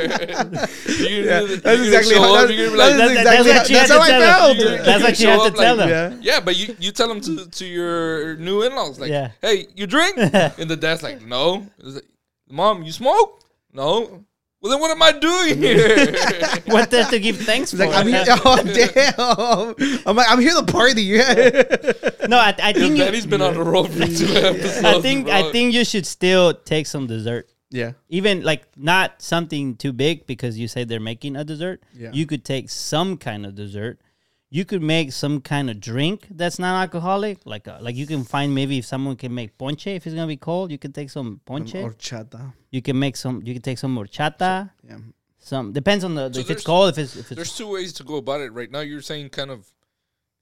A: Yeah,
C: you-
A: that's
C: you're gonna
A: exactly
C: show
A: how-
C: up,
A: that's-
C: you're gonna be
A: that
C: like,
A: is-
B: That's,
A: exactly how-
B: that's,
A: that's
B: that's
A: how
B: how
A: I
B: you
A: felt.
B: had to tell
A: Yeah.
B: them. That's what you
C: Show
B: had to
C: up
B: tell
C: like-
B: them.
A: yeah.
C: yeah, but you, you tell them to, to your new in laws, like,
B: Yeah.
C: hey, you
A: [laughs]
C: drink? and the dad's like, no. He's like, Mom, you smoke? No. Well, then what am I doing
A: [laughs]
C: here?
B: What does to give thanks for?
A: It's like, I'm here. [laughs] Oh damn! I'm like, I'm here to party.
B: [laughs]
A: Yeah.
B: [laughs] no, I, I
C: Yo,
B: think
C: Danny's
B: you,
C: been on a roll for two episodes.
B: I think I
C: bro.
B: think you should still take some dessert.
A: Yeah.
B: Even like not something too big because you say they're making a dessert.
A: Yeah.
B: You could take some kind of dessert. You could make some kind of drink that's not alcoholic. Like uh like you can find maybe if someone can make ponche if it's gonna be cold, you can take some ponche.
A: Or chata.
B: you can make some. You can take some horchata.
A: Yeah.
B: Some depends on the
C: So
B: if it's
C: there's-
B: cold if it's if it's
C: there's two ways to go about it right now. You're saying kind of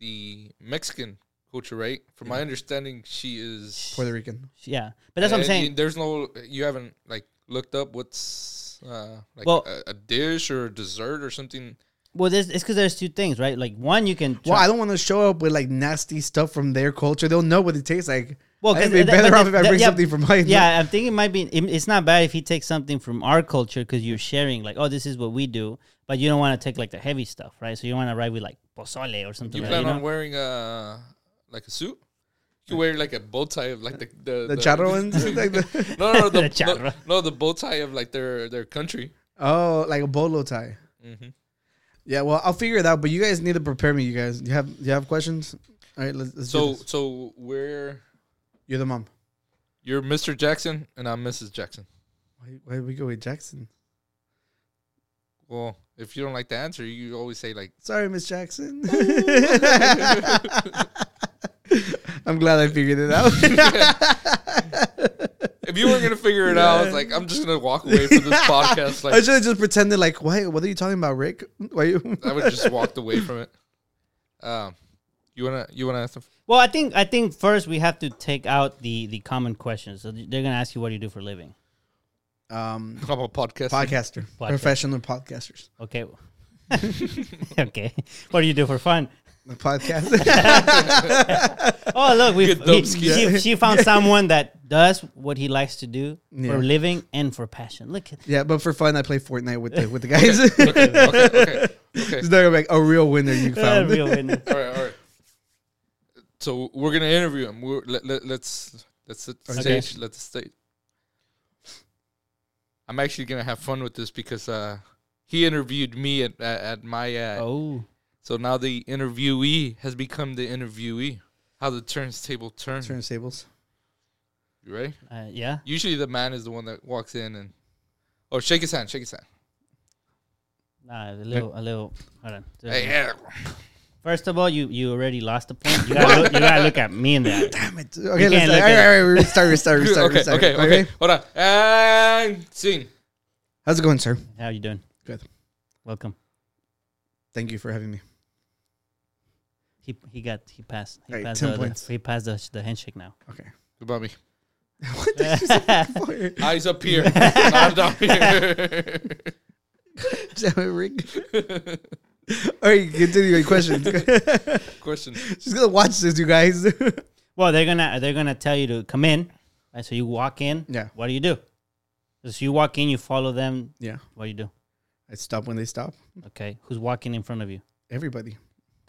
C: the Mexican culture, right? From my understanding, she is.
A: Puerto Rican.
B: yeah. But Mm-hmm. that's what I'm
C: and
B: saying.
C: Eh, you- there's no. You haven't like looked up what's uh, like
B: Well-
C: a, a dish or a dessert or something.
B: Well, there's, it's because there's two things, right? Like one, you can try,
A: Well, I don't want to show up with like nasty stuff from their culture. They'll know what it tastes like.
B: Well,
A: I'd
B: 'cause
A: be
B: th-
A: better
B: but
A: off if I
B: th-
A: bring
B: yeah,
A: something from my.
B: Yeah, I'm thinking it might be. it- It's not bad if you take something from our culture because you're sharing, like, oh, this is what we do, but you don't want to take like the heavy stuff, right? So you want to ride with like pozole or something.
C: You
B: like,
C: plan
B: that, you
C: on
B: know?
C: wearing a like a suit. You can wear like a bow tie of like the the,
A: the
C: [laughs]
A: charro ones. like the,
B: [laughs]
C: No, no, no, the,
B: The charro.
C: no, no, the bow tie of like their their country.
A: oh, like a bolo tie.
B: Mm-hmm.
C: Mhm.
A: Yeah. Well, I'll figure it out. But you guys need to prepare me. You guys, you have you have questions? All right. Let's. let's do
C: So
A: this.
C: so we're
A: you're the mom.
C: you're Mr. Jackson and I'm Mrs. Jackson.
A: Why, why did we go with Jackson?
C: Well, if you don't like the answer, you always say like,
A: Sorry, Miss Jackson. [laughs] I'm glad I figured it
C: [laughs]
A: out.
C: if you were gonna
A: [laughs]
C: figure it out, it's like I'm just gonna walk away from this podcast.
A: I
C: Like
A: should have just pretended like, why? What are you talking about, Rick? Why you?
C: I would just walked away from it. Um, you wanna you wanna ask [laughs] them?
B: Well, I think I think first we have to take out the the common questions. So they're gonna ask you what do you do for a living.
A: Um,
C: I'm a podcast.
A: podcaster,
B: Podcaster.
A: professional podcasters,
B: Okay. [laughs] okay. [laughs] What do you do for fun?
A: The podcast.
C: [laughs]
B: Oh, look, we
C: Good
B: he,
C: dope
B: she, she
C: [laughs]
B: found someone that does what he likes to do
A: Yeah.
B: for a living and for passion. Look, at-
A: yeah, but for fun, I play Fortnite with the with the guys. [laughs] It's
C: okay, okay, okay, okay.
A: not gonna be like a real winner you
B: a
A: found.
B: [laughs] real winner.
C: All right, all right. So we're gonna interview him. We're, let, let, let's let's set the
B: Okay.
C: stage. Let the stage. I'm actually gonna have fun with this because uh, he interviewed me at at, at my uh,
B: Oh.
C: So now the interviewee has become the interviewee. How the turnstable turns.
A: Turntables.
C: You ready?
B: Uh, yeah.
C: Usually the man is the one that walks in and oh shake his hand, shake his hand.
B: Nah, a little, a little. Hold on.
C: Hey, yeah.
B: First of all, you you already lost the point. You gotta look, you gotta look at me in the eye.
A: Damn it. Okay, let's
B: can't
A: all
B: look
A: right,
B: at
A: all right, restart, restart,
C: Good,
A: restart,
C: [laughs] okay,
A: restart.
C: okay, okay, Hold on. And scene.
A: How's it going, sir?
B: How you doing?
A: Good.
B: Welcome.
A: Thank you for having me.
B: He he got he passed. He
A: Hey,
B: passed
A: 10
B: the,
A: points.
B: The, he passed the, the handshake now.
A: Okay. [laughs]
C: About me.
B: [laughs]
A: what did you say? before?
C: [laughs] Eyes up here. not down here.
A: Damn it, Rick. [laughs] All right, continue your questions. [laughs] She's
C: Question.
A: gonna watch this, you guys. [laughs]
B: Well, they're gonna they're gonna tell you to come in. Right, so you walk in.
A: Yeah.
B: What do you do? So you walk in, you follow them.
A: yeah,
B: What do you do?
A: I stop when they stop.
B: Okay. Who's walking in front of you?
A: Everybody,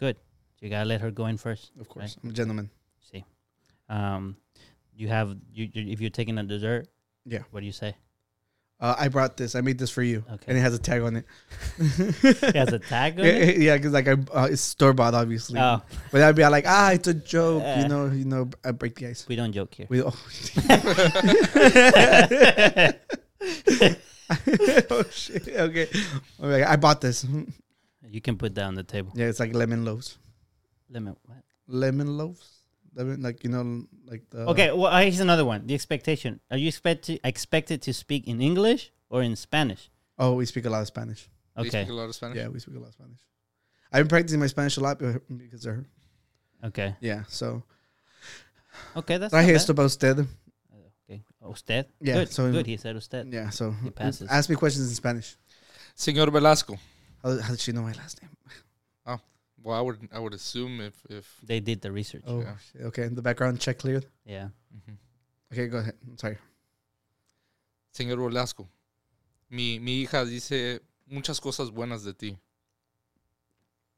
B: You gotta let her go in first.
A: of course. I'm a gentleman.
B: See, um, you have you, you if you're taking a dessert.
A: Yeah.
B: What do you say?
A: Uh, I brought this. I made this for you,
B: Okay.
A: and it has a tag on
B: [laughs]
A: it. [laughs]
B: It has a tag on
A: Yeah,
B: it.
A: yeah, because like I, uh, it's store bought, obviously.
B: Oh, Eh.
A: But I'd be like, ah, it's a joke,
B: Yeah.
A: you know, you know. I break the ice.
B: we don't joke here.
A: [laughs] We, oh, oh shit. Okay, I'm like, I bought this. Mhm.
B: you can put that on the table.
A: Yeah, it's like lemon loaves.
B: Lemon. What?
A: Lemon loaves. Lemon, like you know, like the
B: okay. Well, uh, here's another one. The expectation. Are you expect to, expected to speak in English or in Spanish?
A: Oh, we speak a lot of Spanish.
C: They
B: Okay.
C: speak a lot of Spanish.
A: Yeah, we speak a lot of Spanish. I've been practicing my Spanish a lot be- because of her.
B: Okay.
A: Yeah, so
B: Okay. That's. not
A: traje
B: bad.
A: esto para usted.
B: Okay. Usted?
A: Yeah,
B: Good.
A: so-
B: Good. He said usted.
A: Yeah, so mm,
B: It passes.
A: ask me questions in Spanish.
C: Señor Velasco.
A: How, how did she know my last name?
C: Well, I would I would assume if if
B: They did the research.
A: Oh,
C: Yeah.
A: shit. okay. The background check cleared. [laughs]
B: Yeah.
C: Mm-hmm.
A: Okay, go ahead. I'm sorry. [laughs]
C: Señor Velasco, mi mi hija dice muchas cosas buenas de ti.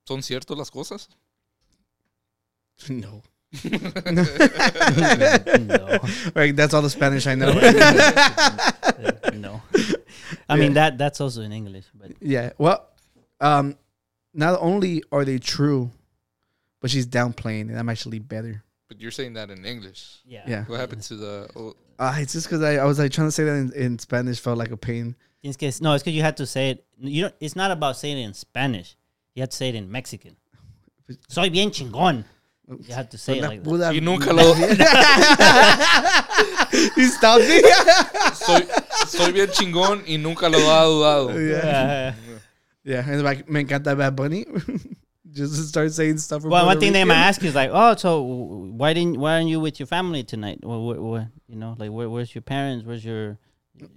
C: ¿Son ciertas las cosas?
A: [laughs] No.
B: no. [laughs]
A: Right, that's all the Spanish I know.
C: [laughs]
B: no. I mean that that's also in English, but
A: yeah. Well, um, not only are they true, but she's downplaying, and I'm actually better.
C: But you're saying that in English.
B: yeah.
A: Yeah.
C: What happened to the?
A: [laughs]
C: Oh,
A: Uh, it's just because I, I was like trying to say that in, in Spanish felt like a pain.
B: It's 'cause- no, it's because you had to say it. You don't. It's not about saying it in Spanish. You had to say it in Mexican. Soy bien chingón. You had to say it
A: La
B: like that.
A: puta- [laughs]
C: y nunca lo
A: he stopped me.
C: soy, soy bien chingón y nunca lo ha
A: [laughs]
C: dudado.
A: Yeah.
B: Yeah.
A: Yeah. And like, man, got that bad bunny. [laughs] Just to start saying stuff. from
B: Well, one
A: Puerto
B: thing they
A: Rican.
B: might ask you is like, oh, so why didn't why aren't you with your family tonight? Well, wh- wh- you know, like where, where's your parents? Where's your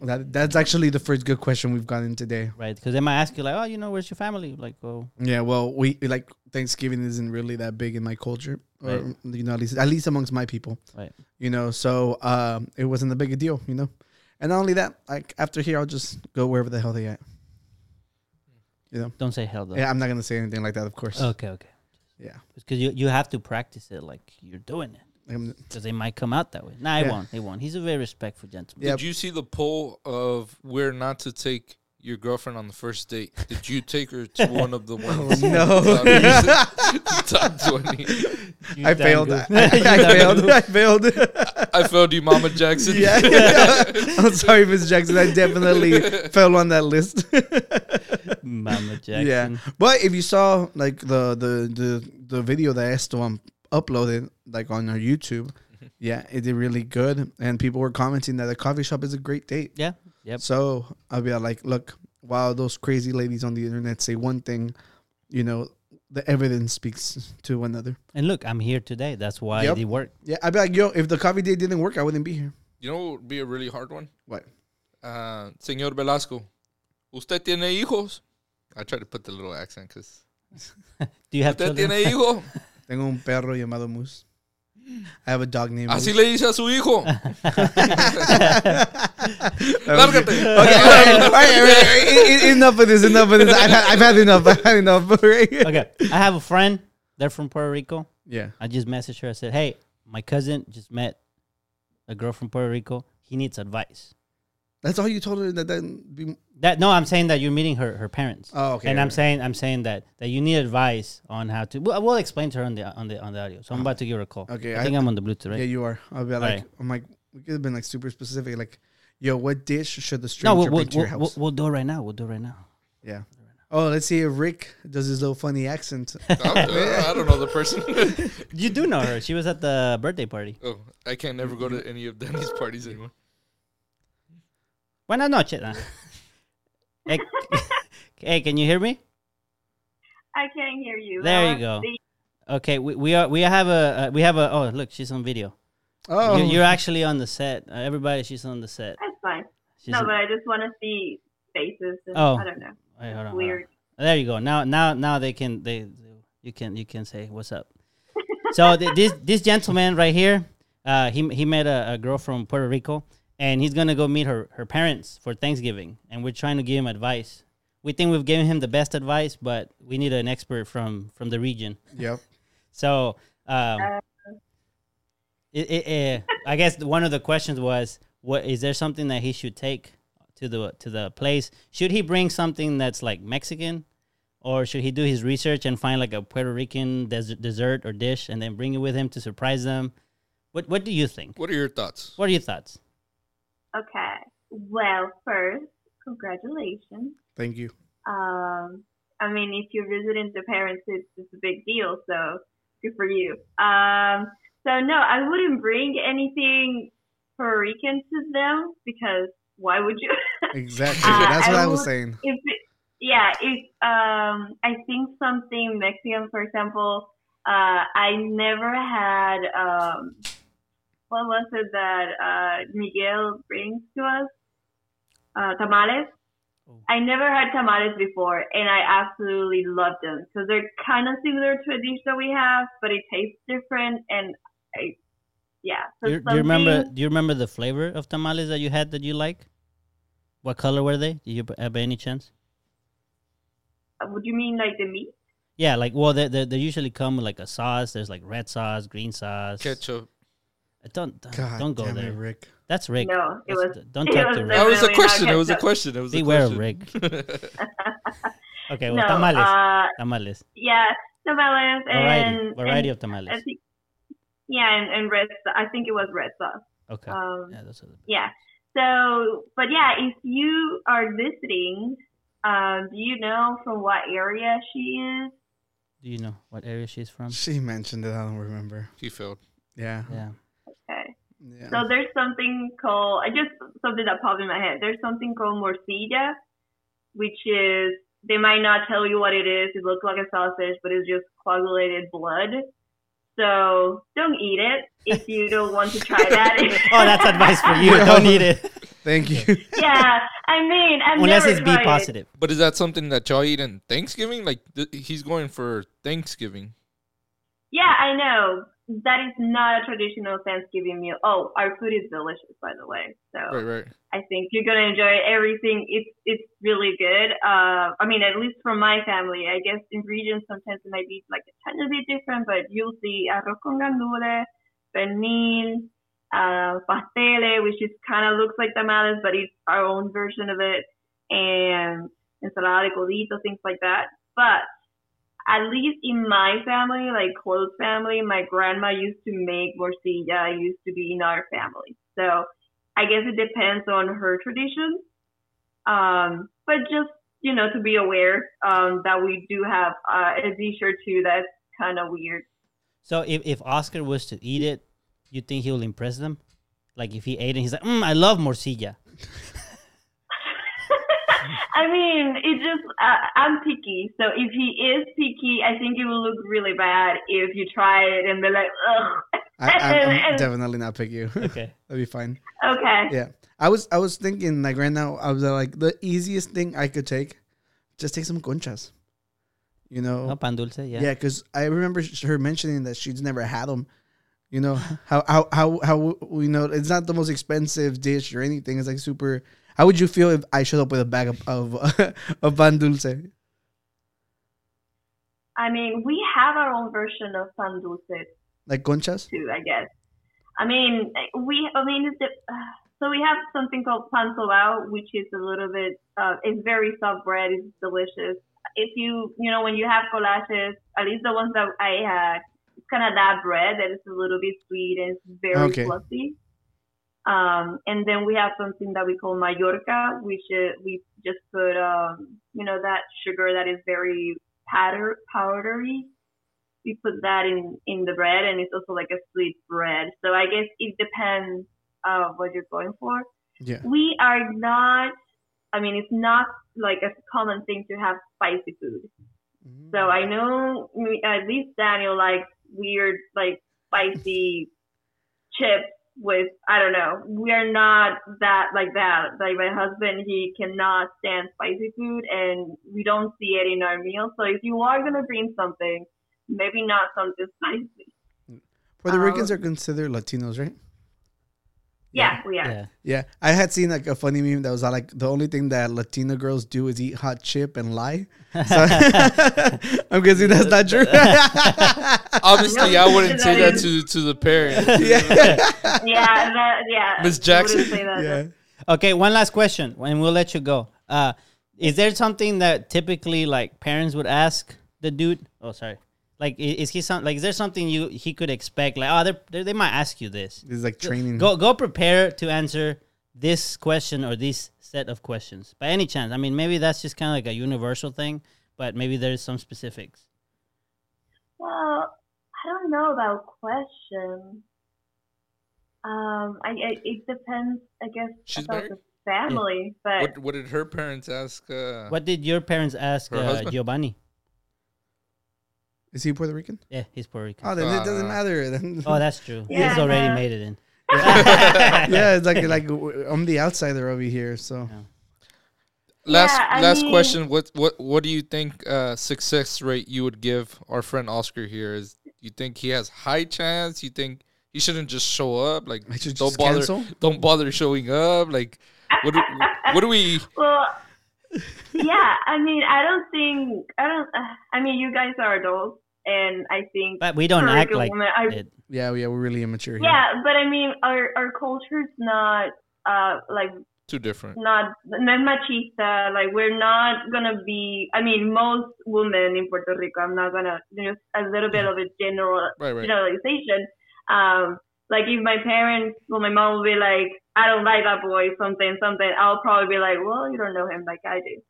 A: That, that's actually the first good question we've gotten today.
B: right? Because they might ask you like, oh, you know, where's your family? Like, oh,
A: Yeah. Well, we like Thanksgiving isn't really that big in my culture, or,
B: Right.
A: you know, at least at least amongst my people.
B: Right.
A: You know, so um, it wasn't a big a deal. You know, and not only that, like after here, I'll just go wherever the hell they at.
B: don't say hell though.
A: Yeah, I'm not gonna say anything like that, of course.
B: Okay, okay.
A: Yeah.
B: Because you, you have to practice it like you're doing it.
A: I'm-
B: Because they might come out that way. Nah, he
A: Yeah.
B: won't. He won't. He's a very respectful gentleman.
A: Yeah.
C: Did you see the poll of where not to take your girlfriend on the first date? Did you take her to
A: [laughs]
C: one of the ones?
A: Oh, no.
C: [laughs]
A: [laughs]
C: Top 20.
B: You
A: I
B: done
A: failed. [laughs]
B: good. [laughs]
A: I, I
B: You done
A: failed.
B: good.
A: I failed. [laughs]
C: I failed you, Mama Jackson. [laughs]
A: Yeah.
B: [laughs]
A: I'm sorry, Miss Jackson. I definitely fell on that list.
B: Mama Jackson.
A: Yeah. But if you saw like the the the, the video that Esteban uploaded like on our YouTube,
B: Mm-hmm.
A: yeah, it did really good. And people were commenting that the coffee shop is a great date.
B: Yeah. Yep.
A: So I'll be uh, like, look, while those crazy ladies on the internet say one thing, you know, the evidence speaks to another.
B: And look, I'm here today. That's why
A: Yep.
B: they work.
A: Yeah, I'd be like, yo, if the coffee date didn't work, I wouldn't be here.
C: You know what would be a really hard one?
A: What?
C: Uh, Señor Velasco, ¿usted tiene hijos? I tried to put the little accent because.
B: Do you have
C: ¿Usted
B: children?
C: tiene hijo?
A: Tengo un perro llamado Moose. I have a dog named
C: Así
A: Moose.
C: le dice a
A: [laughs]
C: su hijo.
A: That was
C: Lárgate.
A: good.
B: [laughs]
A: Okay, all right, all right, all right. E- e- Enough of this. Enough of this. I've had, I've had enough. I've had enough. [laughs] right?
B: [laughs] Okay. I have a friend. They're from Puerto Rico.
A: Yeah.
B: I just messaged her. I said, hey, my cousin just met a girl from Puerto Rico. He needs advice.
A: That's all you told her that that be.
B: That no, I'm saying that you're meeting her her parents.
A: Oh, okay.
B: and I'm
A: right.
B: saying I'm saying that that you need advice on how to. Well, we'll explain to her on the on the on the audio. So I'm about to give her a call.
A: Ah, Okay,
B: I,
A: I-
B: think I'm on the Bluetooth,
A: Yeah,
B: right?
A: you are. I'll be like,
B: Alright.
A: I'm like, we could have been like super specific. Like, yo, what dish should the
B: no,
A: stranger
B: we'll
A: bring
B: we'll,
A: to your
B: we'll,
A: house?
B: we'll we'll do it right now. We'll do it right now.
A: yeah. Oh, let's see if Rick does his little funny
B: [laughs]
A: accent.
C: [laughs] I don't know the person. [laughs]
B: You do know her. She was at the birthday party.
C: oh, I can't never go to any of Danny's parties anymore.
B: Buenas noches.
A: [laughs]
B: Ah. hey, [laughs] hey, can you hear me?
D: I can't hear you.
B: There you
D: Uh,
B: go.
D: the-
B: Okay, we, we are we have a uh, we have a oh look she's on video.
A: Oh,
B: You're, you're actually on the set. Uh, everybody, she's on the set.
D: That's fine.
B: She's
D: no,
B: on-
D: but I just want to see faces. And
B: Oh.
D: I don't know.
B: Wait, hold on, hold on.
D: Weird.
B: There you go. Now, now, now they can they you can you can say what's up. so th- [laughs] this this gentleman right here, uh, he he met a, a girl from Puerto Rico, and he's gonna go meet her her parents for Thanksgiving, and we're trying to give him advice. We think we've given him the best advice, but we need an expert from from the region.
A: Yep.
B: So, um, it, it, eh, I guess one of the questions was, what is there something that he should take to the to the place? Should he bring something that's like Mexican, or should he do his research and find like a Puerto Rican des- dessert or dish and then bring it with him to surprise them? What What do you think?
C: What are your thoughts?
B: What are your thoughts?
D: Okay. Well, first, congratulations.
A: Thank you.
D: Um, I mean, if you're visiting the parents, it's, it's a big deal. So good for you. Um, so no, I wouldn't bring anything Puerto Rican to them because why would you? [laughs]
A: Exactly.
D: Uh,
A: That's what
D: I
A: I was
D: would-
A: saying.
D: if it, yeah, if um, I think something Mexican, for example, uh, I never had um, what was it that uh, Miguel brings to us? Uh, tamales.
B: Oh.
D: I never had tamales before, and I absolutely love them because they're kind of similar to a dish that we have, but it tastes different. And I, yeah, so
B: Do you, do you remember?
D: something-
B: Do you remember the flavor of tamales that you had that you like? What color were they? Do you b- uh, by any chance?
D: Would you mean like the meat?
B: Yeah, like well, they they, they usually come with like a sauce. There's like red sauce, green sauce.
C: Ketchup.
B: Uh, Don't don't,
A: God
B: don't go
A: damn
B: there.
A: it, Rick.
B: That's Rick.
D: No, it
B: That's-
D: was.
B: don't
D: it
B: talk
D: [laughs] was
B: to
D: the-
B: Rick.
C: That was a
D: Definitely not
C: question. It was a
D: ketchup.
C: question. It was a
B: Beware of
C: question.
B: Rick. Okay, well,
D: No,
B: tamales,
D: uh,
B: tamales,
D: yeah, tamales and
B: variety, variety of
D: and I
B: tamales.
D: think, yeah, and, and red. sa- I think it was red sauce.
B: Okay,
D: Um,
B: yeah, those are the best.
D: yeah. So, but yeah, if you are visiting, um, do you know from what area she is?
B: Do you know what area she's from?
A: She mentioned it. I don't remember.
C: [laughs] he failed.
A: Yeah.
B: Yeah,
D: Okay.
A: Yeah.
D: So there's something called I just something that popped in my head. There's something called morcilla, which is they might not tell you what it is. It looks like a sausage, but it's just coagulated blood. So don't eat it if you don't want to try that.
B: [laughs] oh, that's advice for
A: [laughs]
B: you.
A: Yeah.
B: Don't eat it
A: Thank you.
D: [laughs] yeah, I mean, I've
B: unless
D: never
B: it's B
D: tried it.
B: positive.
C: But is that something that y'all eat in Thanksgiving? Like th- he's going for Thanksgiving.
D: Yeah, I know. That is not a traditional Thanksgiving meal. Oh, our food is delicious, by the way. So
C: Right, right.
D: I think you're gonna enjoy everything. It's it's really good. Uh, I mean, at least from my family, I guess in regions sometimes it might be like a tiny bit different, but you'll see arroz con gandules, pernil, uh, pastele, which is kind of looks like tamales, but it's our own version of it, and ensalada de codito, things like that. But at least in my family, like close family, my grandma used to make morcilla. It used to be in our family, so. I guess it depends on her tradition. Um, but just, you know, to be aware um, that we do have uh, a dish or two that's kind of weird.
B: So if, if Oscar was to eat it, you think he'll impress them? Like if he ate it, he's like, mm, I love
A: [laughs]
B: morcilla.
D: I mean, it just, uh, I'm picky. So if he is picky, I think it will look really bad if you try it and be like, ugh, [laughs]
A: I, I'm, I'm definitely not pick you. [laughs] That'd
B: Okay.
A: be fine.
D: okay.
A: Yeah. I was I was thinking like right now I was uh, like the easiest thing I could take, just take some conchas. You know.
B: No pan dulce, yeah.
A: Oh. Yeah, because I remember sh- her mentioning that she's never had them. You know how how how how we know it's not the most expensive dish or anything. It's like super. How would you feel if I showed up with a bag of of, [laughs] of pan dulce?
D: I mean, we have our own version of pan dulce
A: Like conchas?
D: too, I guess. I mean, we, I mean, it's the, [sighs] so we have something called pan sobao, which is a little bit, uh, it's very soft bread, it's delicious. If you, you know, when you have collages, at least the ones that I had, it's kind of that bread that is a little bit sweet and it's very
A: Okay.
D: fluffy. Um, and then we have something that we call Mallorca, which uh, we just put, um, you know, that sugar that is very powder, powdery we put that in in the bread and it's also like a sweet bread so i guess it depends uh what you're going for
A: Yeah.
D: we are not i mean it's not like a common thing to have spicy food so i know me- at least daniel likes weird like spicy chips with I don't know. We are not that like that. Like my husband, he cannot stand spicy food, and we don't see it in our meals. So if you are gonna bring something, maybe not something [laughs] spicy.
A: Puerto
D: Um,
A: Ricans are considered Latinos, right?
D: Yeah, we are.
B: Yeah.
A: Yeah, I had seen like a funny meme that was uh, like the only thing that Latina girls do is eat hot chip and lie. So [laughs] I'm guessing that's not
B: [laughs]
A: true.
C: Obviously, I wouldn't say that
D: That is-
C: to to the
A: [laughs]
C: parents.
D: [laughs]
A: yeah,
D: yeah, that, yeah.
C: Miss
D: I wouldn't
C: Jackson?
D: say that.
A: yeah.
B: Okay, one last question, and we'll let you go. Uh, is there something that typically like parents would ask the dude? Oh, sorry. Like, i- is he some like? Is there something you he could expect? Like, oh, they're- they they might ask you this.
A: It's like
C: Mm-hmm.
A: training.
B: Go go prepare to answer this question or this set of questions. By any chance, I mean maybe that's just kind of like a universal thing, but maybe there's some specifics.
D: Well, I don't know about question. Um, I, I it depends, I guess,
C: She's
D: about
C: married?
D: the family,
C: What
D: but
C: what did her parents ask? Uh,
B: What did your parents ask
C: Her
B: uh,
C: husband?
B: Giovanni?
A: Is he Puerto Rican?
B: Yeah, he's Puerto Rican.
A: Oh, then it doesn't
C: Uh,
A: matter. Then-
B: Oh, that's true. He's
D: Yeah. uh,
B: already made it
D: [laughs]
B: in.
A: [laughs] yeah, it's like like w- I'm the outsider over here, so
C: last
D: Yeah, I
C: last
D: mean-
C: question. What what what do you think uh, success rate you would give our friend Oscar here? Is you think he has high chance? You think he shouldn't just show up? Like
A: I should
C: don't
A: just
C: bother
A: cancel?
C: don't bother showing up. Like what do, what do we?
D: well, yeah. I mean, I don't think I don't. I mean, you guys are adults, and I
B: [laughs]
D: think
B: But we don't
D: Puerto
B: act
D: Rican
B: like
D: women are-
B: it.
A: yeah, yeah, we're really immature here.
D: yeah, but I mean, our our culture's not uh like
C: Too
D: [laughs]
C: different.
D: not not machista. Like we're not gonna be. I mean, most women in Puerto Rico. I'm not gonna there's a little bit of a general
C: Right, right.
D: generalization. Um, like if my parents, well, my mom will be like, "I don't like that boy," something, something. I'll probably be like, "Well, you don't know him like I do."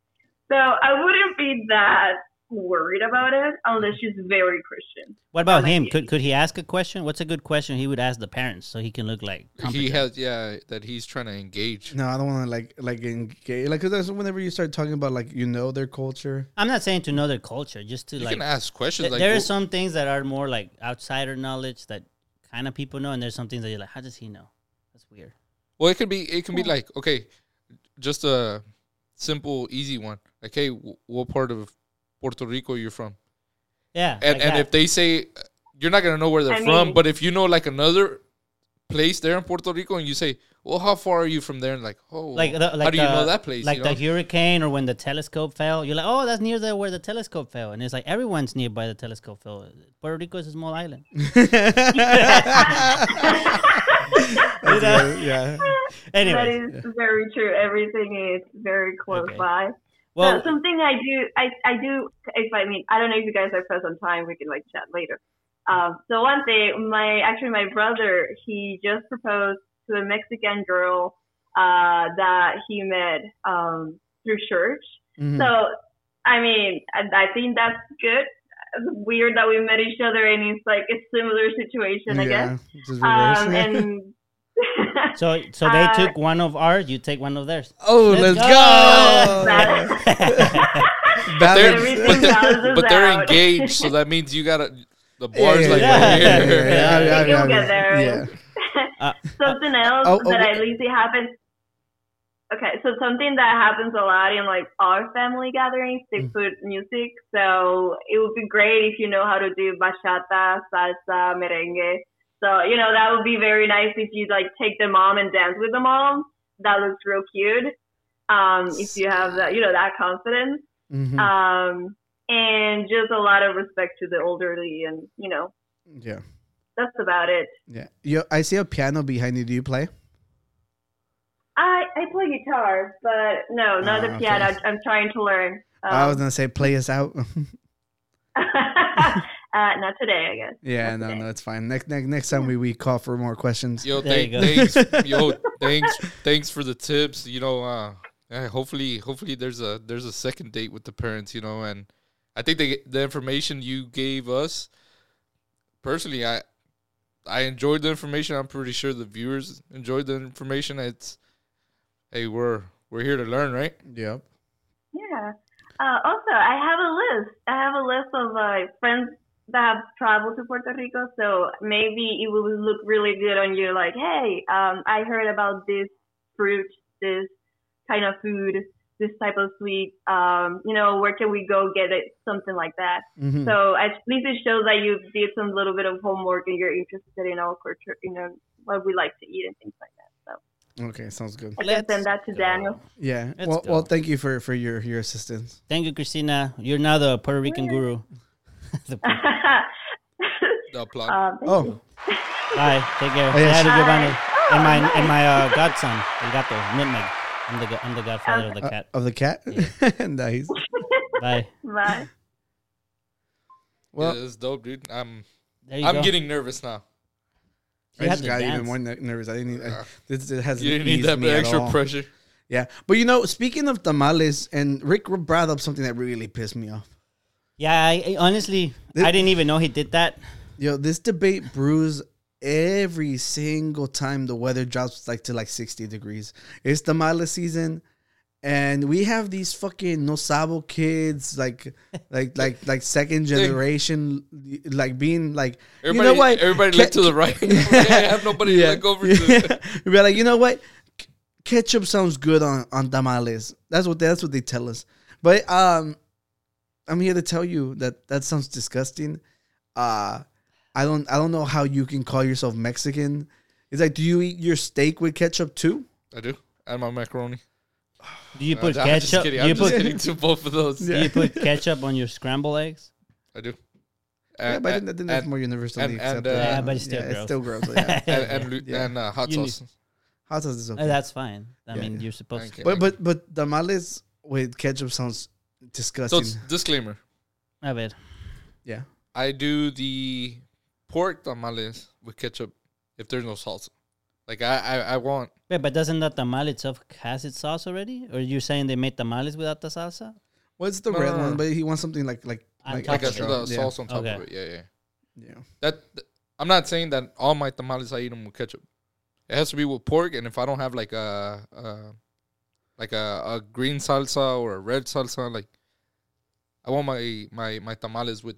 D: So I wouldn't be that worried about it unless she's very Christian.
B: What about
D: like
B: him?
D: it.
B: Could could he ask a question? What's a good question he would ask the parents so he can look like
C: He
B: competent?
C: has yeah that he's trying to engage.
A: No, I don't want to like like engage like 'cause that's whenever you start talking about like you know their
B: [laughs]
A: culture. [laughs]
B: I'm not saying to know their culture, just to
C: You
B: like.
C: can ask questions.
B: th-
C: like
B: there are
C: wh-
B: some things that are more like outsider knowledge that kind of people know, and there's some things that you're like, how does he know? That's weird.
C: Well, it could be. It can be
D: Yeah.
C: like okay, just a simple, easy one. Like, hey, wh- what part of Puerto Rico you're from?
B: Yeah.
C: And
B: like
C: and
B: that.
C: if they say you're not gonna know where they're
D: I
C: from,
D: mean-
C: but if you know like another place there in Puerto Rico, and you say, well, how far are you from there? And like, oh,
B: like, the, like
C: how do you
B: the-
C: know that place?
B: Like
C: you
B: the
C: know?
B: hurricane, or when the telescope fell, you're like, oh, that's near there where the telescope fell, and it's like everyone's nearby the telescope fell. Puerto Rico is a small island.
A: That's good, yeah.
D: That
B: Anyway,
D: is very true. Everything is very close
B: Okay.
D: by.
B: well,
D: Now, something I do, I, I do, if I mean, I don't know if you guys are pressed on time, we can like chat later. Um, so one day, my, actually my brother, he just proposed to a Mexican girl, uh, that he met, um, through church.
A: Mhm.
D: So, I mean, I, I think that's good. It's weird that we met each other and it's like a similar situation, I guess.
A: Just reverse. [laughs]
D: Um, and,
B: so so they
D: uh,
B: took one of ours, you take one of theirs.
A: oh, let's,
B: let's
A: go.
D: That-
A: [laughs]
C: but
D: [laughs]
A: Balance.
C: they're, but they're,
D: balances
C: but they're
D: out.
C: engaged,
D: [laughs]
C: so that means you gotta the bars like
B: yeah, [laughs]
C: right
B: yeah,
C: here.
B: yeah, yeah.
D: We can get there.
A: yeah.
D: something else
A: oh, oh,
D: that
A: wait.
D: at least it happens. Okay, so something that happens a lot in like our family gatherings, they
A: Mm.
D: put music. So it would be great if you know how to do bachata, salsa, merengue. So you know that would be very nice if you like take the mom and dance with the mom. That looks real cute. Um, if you have that, you know that confidence.
A: Mhm.
D: Um, and just a lot of respect to the elderly, and you know
A: yeah.
D: that's about it.
A: Yeah. Yo, I see a piano behind you. Do you play?
D: I I play guitar, but no, not
A: Ah,
D: the piano.
A: okay.
D: I'm trying to learn. Um,
A: I was gonna say play us out.
D: [laughs]
A: [laughs]
D: uh, not today, I guess.
A: yeah,
D: Not
A: no,
D: today.
A: no, it's fine. Next, next, next time we, we call for more questions.
C: Yo,
B: There you
C: thank- thanks, yo, thanks, thanks for the tips. You know, uh, eh, hopefully, hopefully there's a there's a second date with the parents. You know, and I think the the information you gave us, personally, I I enjoyed the information. I'm pretty sure the viewers enjoyed the information. It's hey, we're we're here to learn, right?
A: Yep.
D: Yeah. Uh, also, I have a list. I have a list of uh, friends that have traveled to Puerto Rico, so maybe it will look really good on you. Like, hey, um, I heard about this fruit, this kind of food, this type of sweet. Um, you know, where can we go get it? Something like that.
B: Hmm.
A: Mhm.
D: So at least it shows that you did some little bit of homework and you're interested in our culture, you know, what we like to eat and things like that. So
A: okay, sounds good.
D: I can
B: Let's
D: send that to
B: go.
D: Daniel. [laughs]
A: Yeah.
B: Let's
A: well,
B: go.
A: well, thank you for for your your assistance.
B: [laughs] Thank you, Christina. You're now the Puerto Rican guru. [laughs] The-
C: The applause.
D: um, thank
A: Oh,
D: you.
B: Bye. Take care.
A: Oh, yes.
B: Say hi to Giovanni.
D: Hi.
B: and my
D: Oh,
B: and my uh, godson, el gato, Nutmeg. I'm the go- I'm the godfather of the
A: uh,
B: cat.
A: of the cat. [laughs]
D: [laughs]
A: nice.
B: Bye.
D: Bye.
A: Well,
C: yeah, that's dope, dude. I'm
B: There you
C: I'm
B: go.
C: getting nervous now.
B: You
A: I
B: had
A: just
B: to
A: got even
B: dance.
A: more ne- nervous. I didn't. I, this it hasn't
C: You didn't need
A: eased
C: that
A: me at
C: extra
A: all.
C: pressure.
A: Yeah, but you know, speaking of tamales, and Rick brought up something that really pissed me off.
B: Yeah, I, I- honestly,
A: Th-
B: I didn't even know he did that.
A: Yo, this debate brews every single time the weather drops like to like 60 degrees. It's tamale season. And we have these fucking no sabo kids, like, like, like, like
C: [laughs]
A: second generation, like being like,
C: Everybody,
A: you know what?
C: everybody
A: Ca-
C: look to
A: [laughs]
C: the right. [laughs] yeah, have nobody
A: Yeah.
C: look over
A: [laughs]
C: to.
A: Yeah. We're like, you know what? K- Ketchup sounds good on, on tamales. That's what that's what they tell us. But um, I'm here to tell you that that sounds disgusting. Uh, I don't I don't know how you can call yourself Mexican. It's like, do you eat your steak with ketchup too?
C: I do. And my macaroni.
B: Do you
C: Uh,
B: put
C: [laughs] I'm Just
B: ketchup?
C: kidding.
B: you
C: I'm just
B: put
C: kidding to both of those.
A: Yeah.
B: you put ketchup on your scramble eggs?
C: I do.
A: yeah,
C: And,
A: but I
C: and,
A: think that-
C: Uh, and,
A: that's more universally
C: and- and,
A: accepted.
C: uh, Yeah,
B: but it's still
A: yeah,
B: gross.
A: It's still gross.
B: [laughs]
A: Yeah.
C: and, and, lu-
A: Yeah.
C: and, uh, hot
B: You need-
C: sauce.
A: Hot sauce is okay.
B: Uh, that's fine. I
A: Yeah,
B: mean,
A: yeah.
B: you're supposed
C: Okay.
B: to.
A: but but but tamales with ketchup sounds
C: So
A: disgusting.
C: it's disclaimer.
B: I bet.
A: yeah.
C: I do the pork tamales with ketchup if there's no salsa. Like I, I, I want
B: Wait, but doesn't that tamal itself has its sauce already? Or you're saying they made tamales without the salsa?
A: What's the
C: No,
A: red
C: no, no,
A: one?
C: no.
A: But he wants something like like
B: On
A: like
B: top
C: like a,
B: of
A: extra.
B: it.
C: the
A: yeah.
C: sauce on top
B: Okay.
C: of it. Yeah, yeah.
A: yeah.
C: That th- I'm not saying that all my tamales I eat them with ketchup. It has to be with pork, and if I don't have like a, a like a, a green salsa or a red salsa, like I want my my my tamales with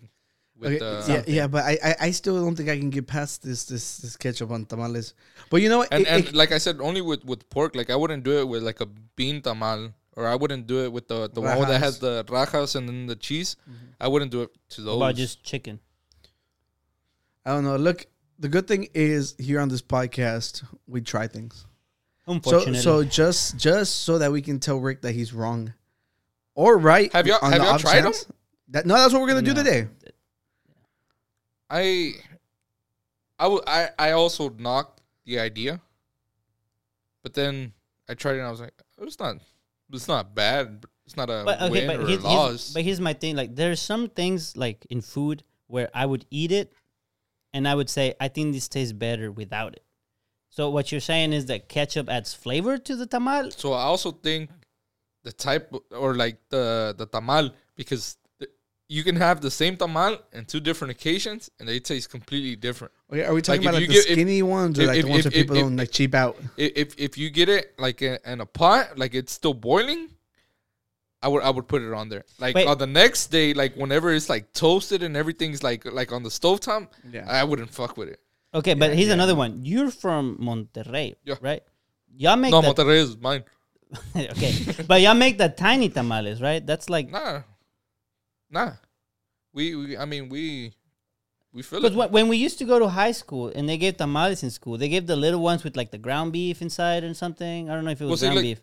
C: with
A: Okay,
C: uh,
A: yeah, yeah, but I, I, I still don't think I can get past this this this ketchup on tamales. But you know what?
C: and
A: It-
C: and
A: it-
C: like I said, only with with pork. Like I wouldn't do it with like a bean tamal, or I wouldn't do it with the the one that
A: Rajas. Mm-hmm.
C: has the rajas and then the cheese. I wouldn't do it to those.
B: Or just chicken?
A: I don't know. Look, the good thing is here on this podcast we try things. So
B: Unfortunately.
A: so just just so that we can tell Rick that he's wrong or right.
C: Have y'all- have
A: the
C: y'all
A: off
C: tried 'em?
A: chance. That, no, that's what we're gonna do
B: No.
A: today.
C: I I wou- I I also knocked the idea, but then I tried it and I was like, "Oh, it's not, it's not bad. but It's not a
B: but okay,
C: win
B: but
C: or
B: here's,
C: a
B: here's,
C: loss.
B: but here's my thing. Like, there's some things like in food where I would eat it, and I would say, I think this tastes better without it. So what you're saying is that ketchup adds flavor to the tamal?
C: so I also think the type o- or like the the tamal because th- you can have the same tamal in two different occasions and they taste completely different.
A: Okay, are we talking
C: Like, if
A: about like
C: you
A: the
C: give- if-
A: skinny ones or
C: if-
A: like
C: if-
A: the ones
C: if-
A: that people
C: if-
A: don't like cheap out? [laughs]
C: I- If if you get it like in, in a pot, like it's still boiling, I would I would put it on there. Like
B: Wait.
C: on the next day, like whenever it's like toasted and everything's like like on the stove top,
A: Yeah.
C: I wouldn't fuck with it.
B: Okay, but here's
A: yeah.
B: another one. You're from Monterrey,
C: Yeah.
B: right? Y'all make
C: No,
B: the,
C: Monterrey is mine.
B: [laughs] okay, but y'all make the tiny tamales, right? That's like
C: Nah, nah. We, we I mean we we feel it.
B: Because wh- when we used to go to high school and they gave tamales in school, they gave the little ones with like the ground beef inside and something. I don't know if it was
C: Was it
B: ground
C: like-
B: beef.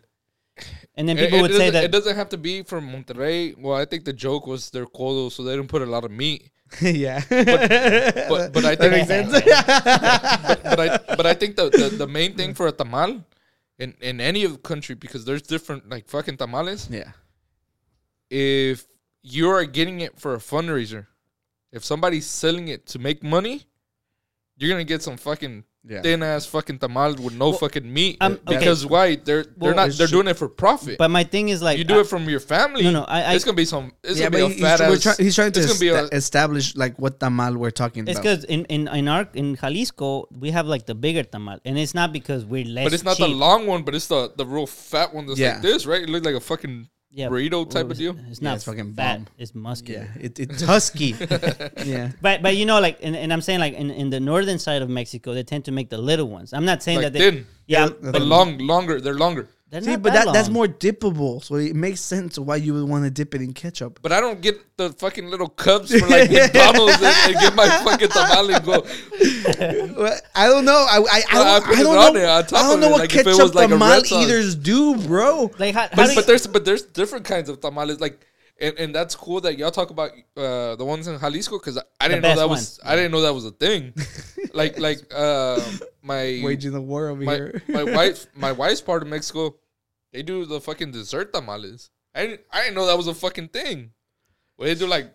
B: And then
C: It-
B: people
C: it
B: would say
C: doesn't- it
B: that.
C: doesn't have to be from Monterrey. Well, I think the joke was they're cold, so they didn't put a lot of meat.
A: yeah,
C: but- but I
A: that
C: think-
A: makes sense. [laughs]
C: but I but I think the, the, the main thing for a tamal in, in any of the country because there's different like fucking tamales.
A: yeah,
C: If you are getting it for a fundraiser, if somebody's selling it to make money, you're gonna get some fucking
A: Yeah.
C: thin ass fucking tamales with no fucking meat.
B: Um, okay.
C: Because why? They're they're
B: Well,
C: not
A: it's
C: they're
A: true.
C: doing it for profit.
B: But my thing is like.
C: you do it from your family.
B: No, no, I- I-
C: it's gonna be some. It's
A: yeah, but
C: gonna
A: he's,
C: be a fat
A: we're
C: ass.
A: try- he's trying to
C: it's gonna be a-
A: esta- establish like what tamal we're talking
B: It's
A: about.
B: because in, in, in our in Jalisco we have like the bigger tamal, and it's not because we're less.
C: but it's not the
B: cheap.
C: long one, but it's the the real fat one that's
A: Yeah.
C: like this, right? It looks like a fucking
B: yeah,
C: burrito type
B: what
C: of
B: was
C: deal.
B: it? It's
A: Yeah,
B: not
A: it's fucking
B: fat.
A: bomb.
B: It's muscular.
A: Yeah, it, it's
C: [laughs]
A: husky. yeah,
B: But but you know like and, and I'm saying like in, in the northern side of Mexico they tend to make the little ones. I'm not saying
C: Like
B: that they
C: thin,
B: yeah
A: They're-
C: but
B: but
C: long, longer. They're longer.
B: they're
A: see,
B: not
A: but that, that's
B: long.
A: more dippable, so it makes sense why you would want to dip it in ketchup.
C: But I don't get the fucking little cups for
B: [laughs]
C: like McDonald's and, and get my fucking tamale and go.
A: Well, I don't know. I I, I
C: Well, I
A: don't,
C: put
A: I
C: it
A: don't
C: on
A: know.
C: there, on top
A: I
C: of
A: don't know
C: it,
A: what
C: like, if it was
A: ketchup
C: like a red
A: tamal
C: sauce.
A: eaters do, bro.
B: like how, how do
C: But,
B: you-
C: but there's but there's different kinds of tamales like. And, and that's cool that y'all talk about uh, the ones in Jalisco because I, I didn't know
B: best
C: that
B: ones.
C: was I didn't know that was a
B: [laughs]
C: thing. like like uh, my
A: Waging the war over
C: my,
A: here. [laughs]
C: my wife my wife's part of Mexico, they do the fucking dessert tamales. I didn't, I didn't know that was a fucking thing. Where they do like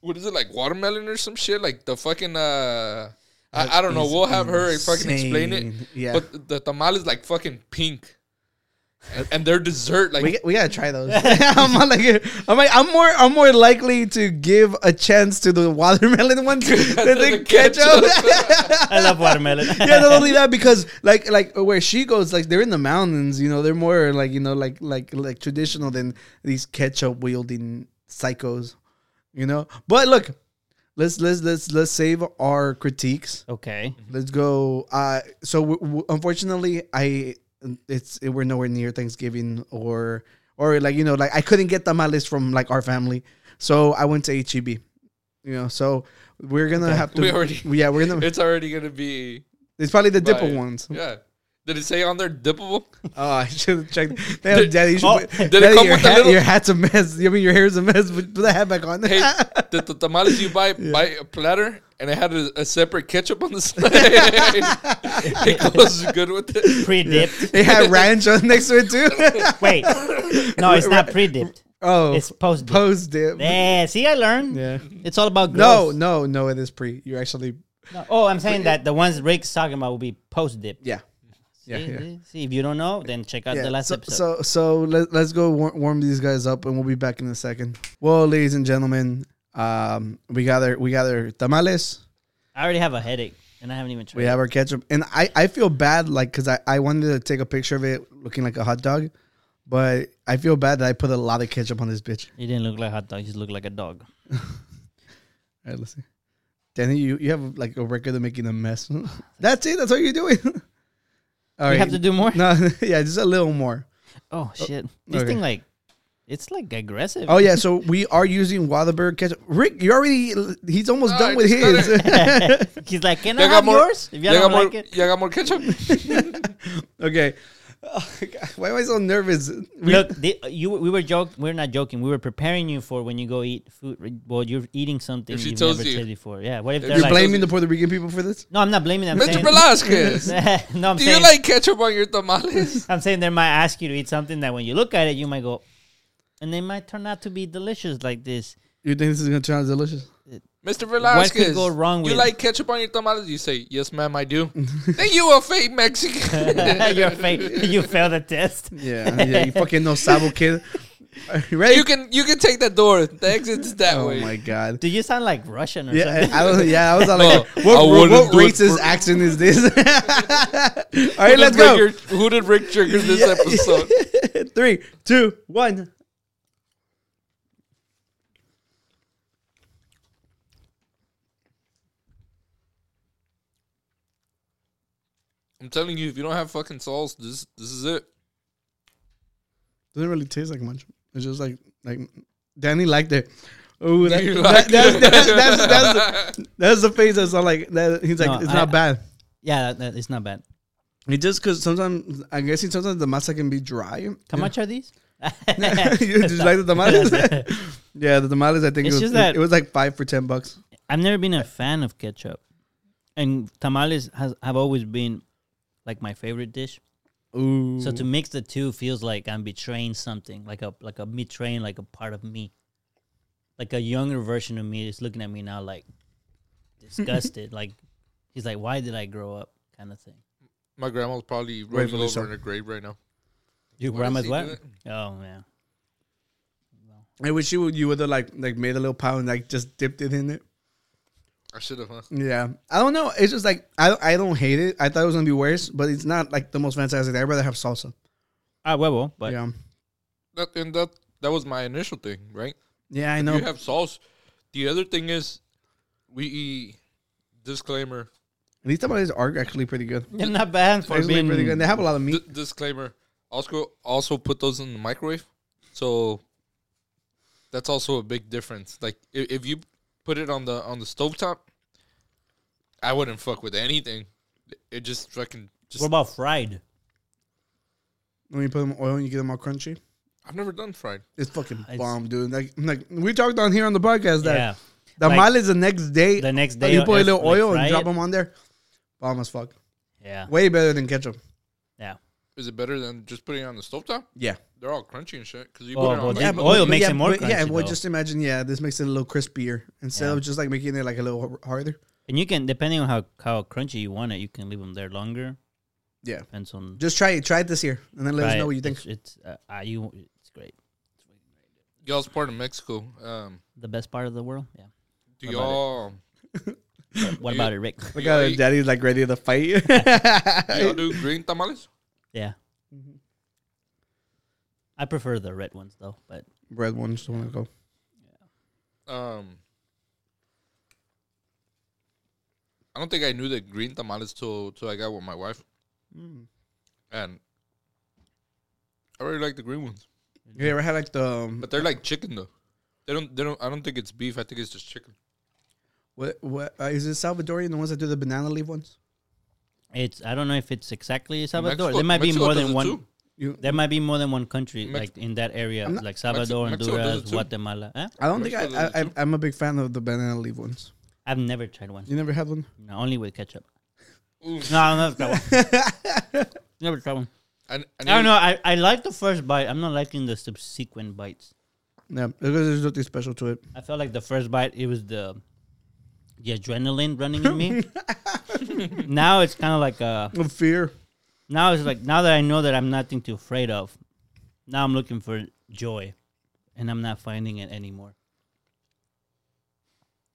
C: what is it like watermelon or some shit like the fucking uh I, I don't know.
A: is
C: We'll have her fucking explain it.
A: insane. Yeah.
C: But the tamal is like fucking pink, and, and their dessert like
A: we, we gotta try [laughs] those. I'm not like I'm like I'm more I'm more likely to give a chance to the watermelon
C: [laughs]
A: ones than the
C: The
A: ketchup. [laughs]
B: [laughs] I love watermelon.
A: yeah, not only that because like like where she goes, like they're in the mountains. You know, they're more like you know like like like traditional than these ketchup wielding psychos. You know, but look, let's let's let's let's save our critiques.
B: okay.
A: Let's go. Uh, so w- w- unfortunately, I it's it, we're nowhere near Thanksgiving or or like you know like I couldn't get tamales from like our family, so I went to HEB. You know, so we're gonna have to.
C: We already-
A: [laughs] yeah, we're
C: [laughs]
A: gonna. It's,
C: it's already gonna be
A: probably the dipper
C: Right.
A: ones.
C: yeah. Did it say on there dippable?
A: Oh, I should have checked. Damn, Daddy, you should
B: oh,
A: put-
B: did
C: it
A: Daddy,
C: come
A: your,
C: with the
A: hat-
C: little-
A: your hat's a mess. I mean, your hair's a mess. But put that hat back on. [laughs]
B: [laughs]
C: hey, the, the tamales you buy buy a platter, and it had a, a separate ketchup on the side. [laughs] it goes good with it.
B: Pre dipped.
A: it had ranch on next to it too.
C: [laughs]
A: [laughs]
B: Wait. No, it's not pre dipped.
A: oh,
B: It's post dipped.
A: pose dip.
B: Yeah, see I learned.
A: Yeah.
B: It's all about
A: No,
B: growth.
A: no, no. It is pre. You're actually
B: No. Oh, I'm saying that the ones Rick's talking about will be post dipped.
A: yeah. Yeah,
B: see,
A: yeah.
B: see, if you don't know, then check out
A: Yeah,
B: the last
A: so,
B: episode.
A: So, so let, let's go war- warm these guys up, and we'll be back in a second. Well, ladies and gentlemen, um, we got our we got our tamales,
B: I already have a headache, and I haven't even tried.
A: we have our ketchup, and I I feel bad like because I I wanted to take a picture of it looking like a hot dog, but I feel bad that I put a lot of ketchup on this bitch.
B: it. It didn't look like hot dog; it just looked like a dog.
A: All right, let's see. Danny, you, you have like a record of making a mess. [laughs] That's it. That's all you're doing. [laughs] All right.
B: You
A: [laughs]
B: have to do more.
A: no, yeah, just a little more.
B: Oh shit! this
A: okay.
B: thing like, it's like aggressive.
A: Oh yeah, so we are using Whataburger ketchup. Rick, you already he's almost
C: No,
A: done
C: I
A: with
C: just
A: his.
B: [laughs] He's like, can I
C: Y'all
B: have
C: got more?
B: yours? If y'all
C: Y'all
B: don't
C: got more?
B: like it,
C: Y'all got
B: [laughs]
C: more ketchup?
A: [laughs] okay. Oh, God, Why am I so nervous? We-
B: look. The, uh, you, we were joking. We're not joking. We were preparing you for when you go eat food. Well, you're eating something
C: If she
B: you've
C: tells
B: never
C: you.
B: tried before. Yeah. What if
C: If
B: they're
A: you're
B: like?
A: blaming the Puerto Rican people for this?
B: no, I'm not blaming them. I'm
C: Mr.
B: saying- [laughs]
C: Velasquez,
B: no, I'm
C: do you
B: saying.
C: like ketchup on your tamales? [laughs]
B: I'm saying they might ask you to eat something that when you look at it, you might go, and they might turn out to be delicious like this. [laughs]
A: You think this is gonna turn out delicious?
C: Mr. Velasquez,
B: go wrong
C: you
B: with-
C: like ketchup on your tamales? You say, yes, ma'am,
B: [laughs]
C: I do. then you a fake Mexican.
B: Your face, [laughs] you failed the test.
A: Yeah, yeah. You fucking no sabo kid. Are you ready?
C: you can you can take that door. The exit's that
A: oh
C: way.
A: my god.
B: Do you sound like Russian or
A: Yeah,
B: something? [laughs]
A: I was. Yeah, I was on like,
C: No, I
A: what,
C: wouldn't
A: what
C: do it
A: racist
C: for-
A: accent is this? [laughs] All
C: Who
A: right,
C: did
A: let's
C: Rick
A: go.
C: your- who did Rick trigger
B: [laughs]
C: this episode?
A: Three, two, one.
C: I'm telling you, if you don't have fucking sauce, this this is it.
A: doesn't really taste like much. It's just like like Danny liked it. Oh,
C: [laughs]
A: that,
C: You
A: that,
C: liked
A: that's,
C: it.
A: that's, that's, that's, the- that's the face that's all like that. He's like,
B: No,
A: it's
B: I-
A: not bad.
B: yeah, that, that, it's not bad.
A: It just because sometimes I'm guessing sometimes the masa can be dry.
B: How much are these? [laughs]
A: [laughs] you just like [laughs] the tamales? yeah, the tamales. I think
B: It's
A: it was
B: just that-
A: it was like five for ten bucks.
B: I've never been a fan of ketchup, and tamales has have always been like my favorite dish.
A: Ooh,
B: So to mix the two feels like I'm betraying something, like a like a betraying like a part of me, like a younger version of me is looking at me now
A: [laughs]
B: like disgusted, like he's like, why did I grow up, kind of thing.
C: My grandma's probably rolling
A: Rightfully
C: over
A: so.
C: in her grave right now.
B: Your
C: does
B: grandma's
C: he
B: what?
C: do it?
B: Oh man,
A: I wish you would you would have like like made a little pile and like just dipped it in it.
C: I should have. Huh?
A: Yeah, I don't know. It's just like I I don't hate it. I thought it was gonna be worse, but it's not like the most fantastic. I'd rather have salsa.
B: [laughs] ah huevo, but
A: yeah,
C: That, and that that was my initial thing, right?
A: Yeah, I know.
C: You have sauce. The other thing is, we eat. Disclaimer.
A: These tamales are actually pretty good.
B: They're not bad for
A: Actually
B: being.
A: pretty good. And they have a lot of meat.
C: D- disclaimer. Also, also put those in the microwave, so that's also a big difference. Like if, if you put it on the on the stovetop, I wouldn't fuck with anything. It just fucking just.
B: What about fried?
A: When you put them in oil and you get them all crunchy,
C: I've never done fried.
A: it's fucking
B: It's-
A: bomb, dude. Like, like we talked on here on the podcast that
B: Yeah,
A: the
B: Like-
A: tamales the next day.
B: the next
A: uh,
B: day
A: you put a little
B: like,
A: oil
B: fry
A: and drop
B: it.
A: them on there. Bomb as fuck.
B: Yeah,
A: Way better than ketchup.
B: yeah.
C: Is it better than just putting it on the stovetop?
A: Yeah.
C: They're all crunchy and shit. Because you
B: Oh,
C: put it
B: well,
C: on.
B: they-
C: Yeah,
A: but-
B: oil makes it more
A: but- Yeah,
B: crunchy,
A: well,
B: though.
A: just imagine. Yeah, this makes it a little crispier instead
B: Yeah.
A: of just like making it like a little harder.
B: And you can, depending on how how crunchy you want it, you can leave them there longer.
A: Yeah.
B: Depends on.
A: Just try it. Try it this year, and then let us
B: Right.
A: know what you think.
B: It's, it's uh, uh, you. It's great.
C: y'all's part of Mexico. Um,
B: The best part of the world. Yeah.
C: [laughs] do
B: What about it?
C: y'all
B: What
C: You-
B: about it, Rick? [laughs]
A: Look
C: y'all
A: at
C: eat-
A: daddy's like ready to fight.
C: y'all do green tamales?
B: Yeah.
A: Mm-hmm.
B: I prefer the red ones though, but
A: Red one, just want to go.
C: Um, I don't think I knew the green tamales till till I got with my wife, and I really like the green ones.
A: You ever had like the um,
C: But they're like chicken though. They don't. They don't. I don't think it's beef. I think it's just chicken.
A: what? What uh, is it? Salvadorian the ones that do the banana leaf ones?
B: it's I don't know if it's exactly Salvador.
C: Mexico-
B: there might
C: Mexico
B: be more
C: does
B: than
C: it
B: one.
C: too.
A: You?
B: There might be more than one country
C: Mex-
B: like in that area,
A: I'm not-
B: like Salvador,
C: Mexico does
B: Honduras,
C: it too.
B: Guatemala. Eh?
A: I don't think I,
C: Mexico does it
A: I, I.
C: too.
A: I'm a big fan of the banana leaf ones.
B: I've never tried one.
A: You never had one?
B: No, only with ketchup.
C: Ooh,
B: No, I've never tried one.
A: [laughs]
B: never tried one.
C: I, I
B: I don't
C: need-
B: know. I, I like the first bite. I'm not liking the subsequent bites.
A: No, because there's nothing special to it.
B: I felt like the first bite it was the the adrenaline running in me. now it's kind of like uh
A: Of Oh, fear.
B: now it's like now that I know that I'm nothing to afraid of. Now I'm looking for joy, and I'm not finding it anymore.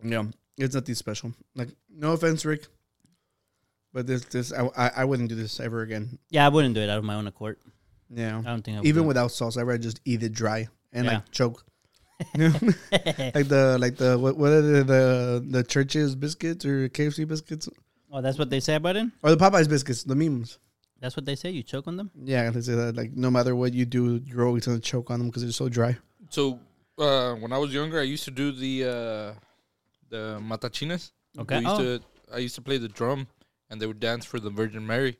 A: Yeah, it's nothing special. Like, no offense, Rick, but this, this, I, I, I wouldn't do this ever again.
B: Yeah, I wouldn't do it out of my own accord.
A: Yeah.
B: I don't think I would
A: even
B: do it.
A: without sauce, I would rather just eat it dry and
B: Yeah.
A: like choke.
B: [laughs]
A: like the like the what, what are the, the the church's biscuits or KFC biscuits
B: Oh, that's what they say about it.
A: or the Popeyes biscuits, the memes.
B: That's what they say. You choke on them.
A: Yeah, they say that like no matter what you do, you're always gonna choke on them because they're so dry.
C: So uh, when I was younger, I used to do the uh, the matachines.
B: Okay.
C: We used
B: Oh.
C: to, uh, I used to play the drum, and they would dance for the Virgin Mary,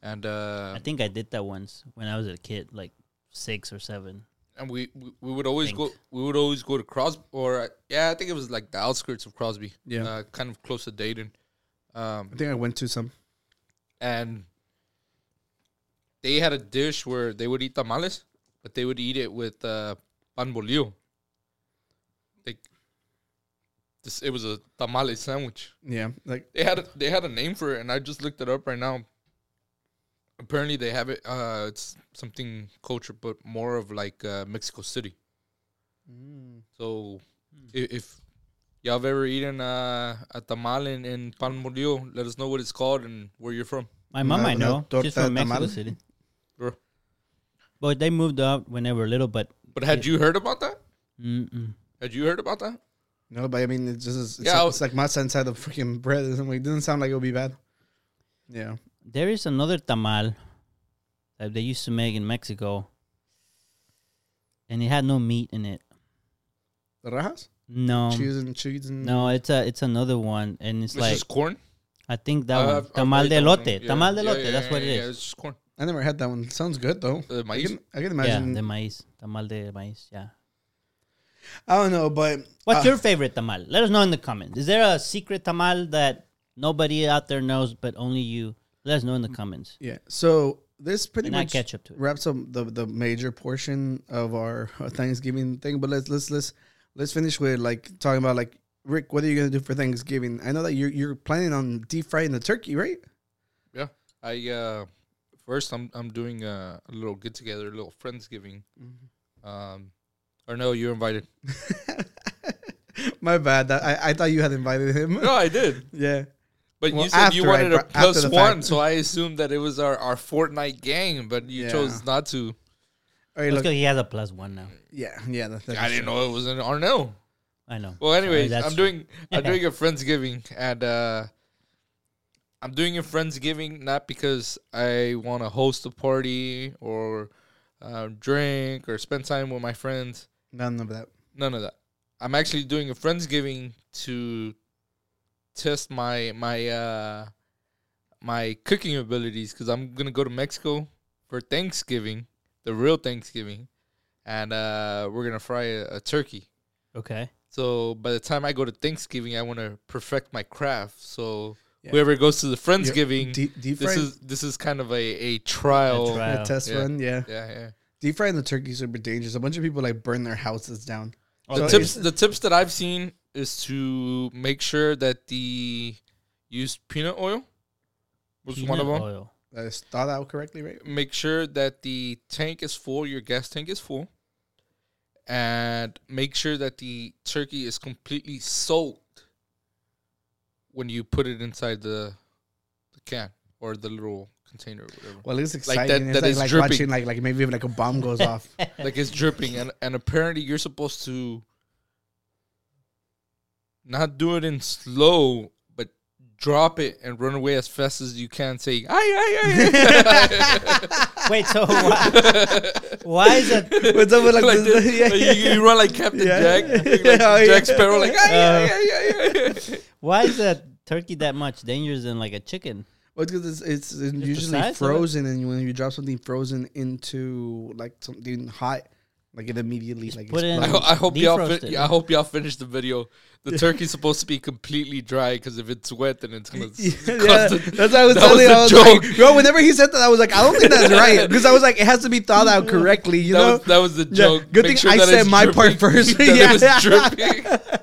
C: and uh,
B: I think I did that once when I was a kid, like six or seven.
C: and we, we, we would always
B: Think.
C: go we would always go to Crosby or uh, yeah I think it was like the outskirts of Crosby
A: Yeah.
C: uh, kind of close to Dayton um,
A: I think I went to some.
C: and they had a dish where they would eat tamales but they would eat it with uh, pan bolillo like this it was a tamale sandwich
A: Yeah, like
C: they had a, they had a name for it and I just looked it up right now apparently they have it uh, it's something culture but more of like uh, Mexico City
B: Mm.
C: So,
B: Hmm.
C: i- if y'all have ever eaten uh, a tamal in, in Palmolio, let us know what it's called and where you're from.
B: My mom,
A: Una-
B: I
A: una
B: know.
A: torta de
B: She's from Mexico
A: tamales?
B: City.
C: Sure.
B: But they moved out when they were little. But
C: But had you heard about that?
B: mm-mm.
C: Had you heard about that?
A: no, but I mean it just is, it's,
C: Yeah, I
A: like,
C: was-
A: it's like masa inside the freaking bread. It doesn't, it doesn't sound like it would be bad. Yeah,
B: there is another tamal that they used to make in Mexico, and it had no meat in it.
A: the rajas,
B: No,
A: cheese and cheese and
B: Um, no, it's a it's another one, and it's
C: It's
B: like
C: just corn. Uh,
B: I think that
C: I've-
B: one
C: I've
B: tamal
C: heard
B: de
C: that one.
B: lote,
C: Yeah.
B: tamal de
C: Yeah,
B: lote.
C: yeah,
B: that's what it
C: yeah, yeah,
B: is.
C: it's just corn.
A: I never had that one. Sounds good though.
C: The
A: I
C: Uh, maíz.
A: can, I can
B: Yeah,
A: imagine.
B: the maíz, tamal de maíz. Yeah.
A: I don't know, but
B: What's
A: uh,
B: your favorite tamal? Let us know in the comments. Is there a secret tamal that nobody out there knows but only you? Let us know in the comments.
A: Yeah. So this pretty
B: And add
A: much
B: ketchup to it.
A: wraps up the, the major portion of our Thanksgiving thing. But let's let's let's let's finish with like talking about like Rick, what are you gonna do for Thanksgiving? I know that you're you're planning on deep frying the turkey, right? [laughs]
C: Yeah. I uh, first I'm I'm doing a, a little get together, a little friendsgiving. Um, or no, you're invited.
A: My bad. That, I I thought you had invited him.
C: [laughs] No, I did.
A: [laughs] yeah.
C: But
A: Well,
C: you said you
A: after I
C: wanted a
A: br- after
C: plus
A: the
C: one,
A: fact.
C: so I assumed that it was our, our Fortnite gang, but you
A: Yeah.
C: chose not to.
A: All right,
B: Let's go.
A: look.
B: He has a plus one now.
A: Yeah, yeah. That, that
C: I
A: is
C: didn't
A: true.
C: know it was in Arnell.
B: I know.
C: Well,
B: Sorry,
C: anyways,
B: that's-
C: I'm doing
A: [laughs]
C: I'm doing a friendsgiving and uh, I'm doing a friendsgiving not because I want to host a party or uh, drink or spend time with my friends.
A: None of that.
C: None of that. I'm actually doing a friendsgiving to test my my uh, my cooking abilities because I'm gonna go to Mexico for Thanksgiving, the real Thanksgiving, and uh, we're gonna fry a, a turkey.
B: okay.
C: So by the time I go to Thanksgiving, I want to perfect my craft. So
A: Yeah.
C: whoever goes to the Friendsgiving,
A: Deep, deep
C: this
A: fried.
C: is this is kind of a a trial.
B: A trial.
A: a test
C: Yeah.
A: run. Yeah.
C: Yeah, yeah.
A: Deep frying the turkey is super dangerous. A bunch of people like burn their houses down.
C: Oh, The
B: Oh,
A: So
C: tips
A: it's-
C: the tips that I've seen is to make sure that the used peanut oil was one
B: Peanut
C: of them. [laughs]
B: Oil.
A: I thought out correctly, right?
C: Make sure that the tank is full, your gas tank is full, and make sure that the turkey is completely soaked when you put it inside the the can or the little container or whatever.
A: Well, it's
C: Like that-
A: exciting. it's
C: that
A: like,
C: is
A: like
C: dripping.
A: watching like like maybe even like a bomb
C: [laughs]
A: goes off.
C: like it's dripping and, and apparently you're supposed to not do it in slow but drop it and run away as fast as you can saying
A: [laughs]
C: ay ay ay
B: Wait. So why, why is it?
A: What's up with like,
C: [laughs] [laughs] like
A: this?
C: this,
A: yeah,
C: like, you, you run like Captain
A: [laughs] Yeah.
C: Jack like
A: Oh, yeah.
C: Jack Sparrow like ay ay
B: Uh,
C: ay ay, ay.
B: Why is that turkey that much dangerous than like a chicken?
A: Well, because it's, it's, it's usually
B: size of it.
A: frozen, and when you drop something frozen into like something hot, like it immediately like
B: put it in-
C: I,
A: explodes. [laughs]
C: ho- I hope y'all
B: Defrost
C: fin-
B: it.
C: I hope y'all finish the video. The turkey's supposed to be completely dry because if it's wet, then it's gonna s-
A: Yeah,
C: [laughs] [laughs] cause the-
A: that's what I was
C: that
A: telling.
C: was
A: you.
C: a
A: I was
C: joke.
A: like, bro. Whenever he said that, I was like, I don't think that's
C: [laughs]
A: right because I was like, it has to be thought out correctly. You
C: that,
A: know,
C: was, that was the
A: Yeah,
C: joke.
A: good
C: Make
A: thing I
C: that
A: said
C: it's
A: my part
C: dripping.
A: first.
C: [laughs] that it was
A: Yeah.
C: dripping.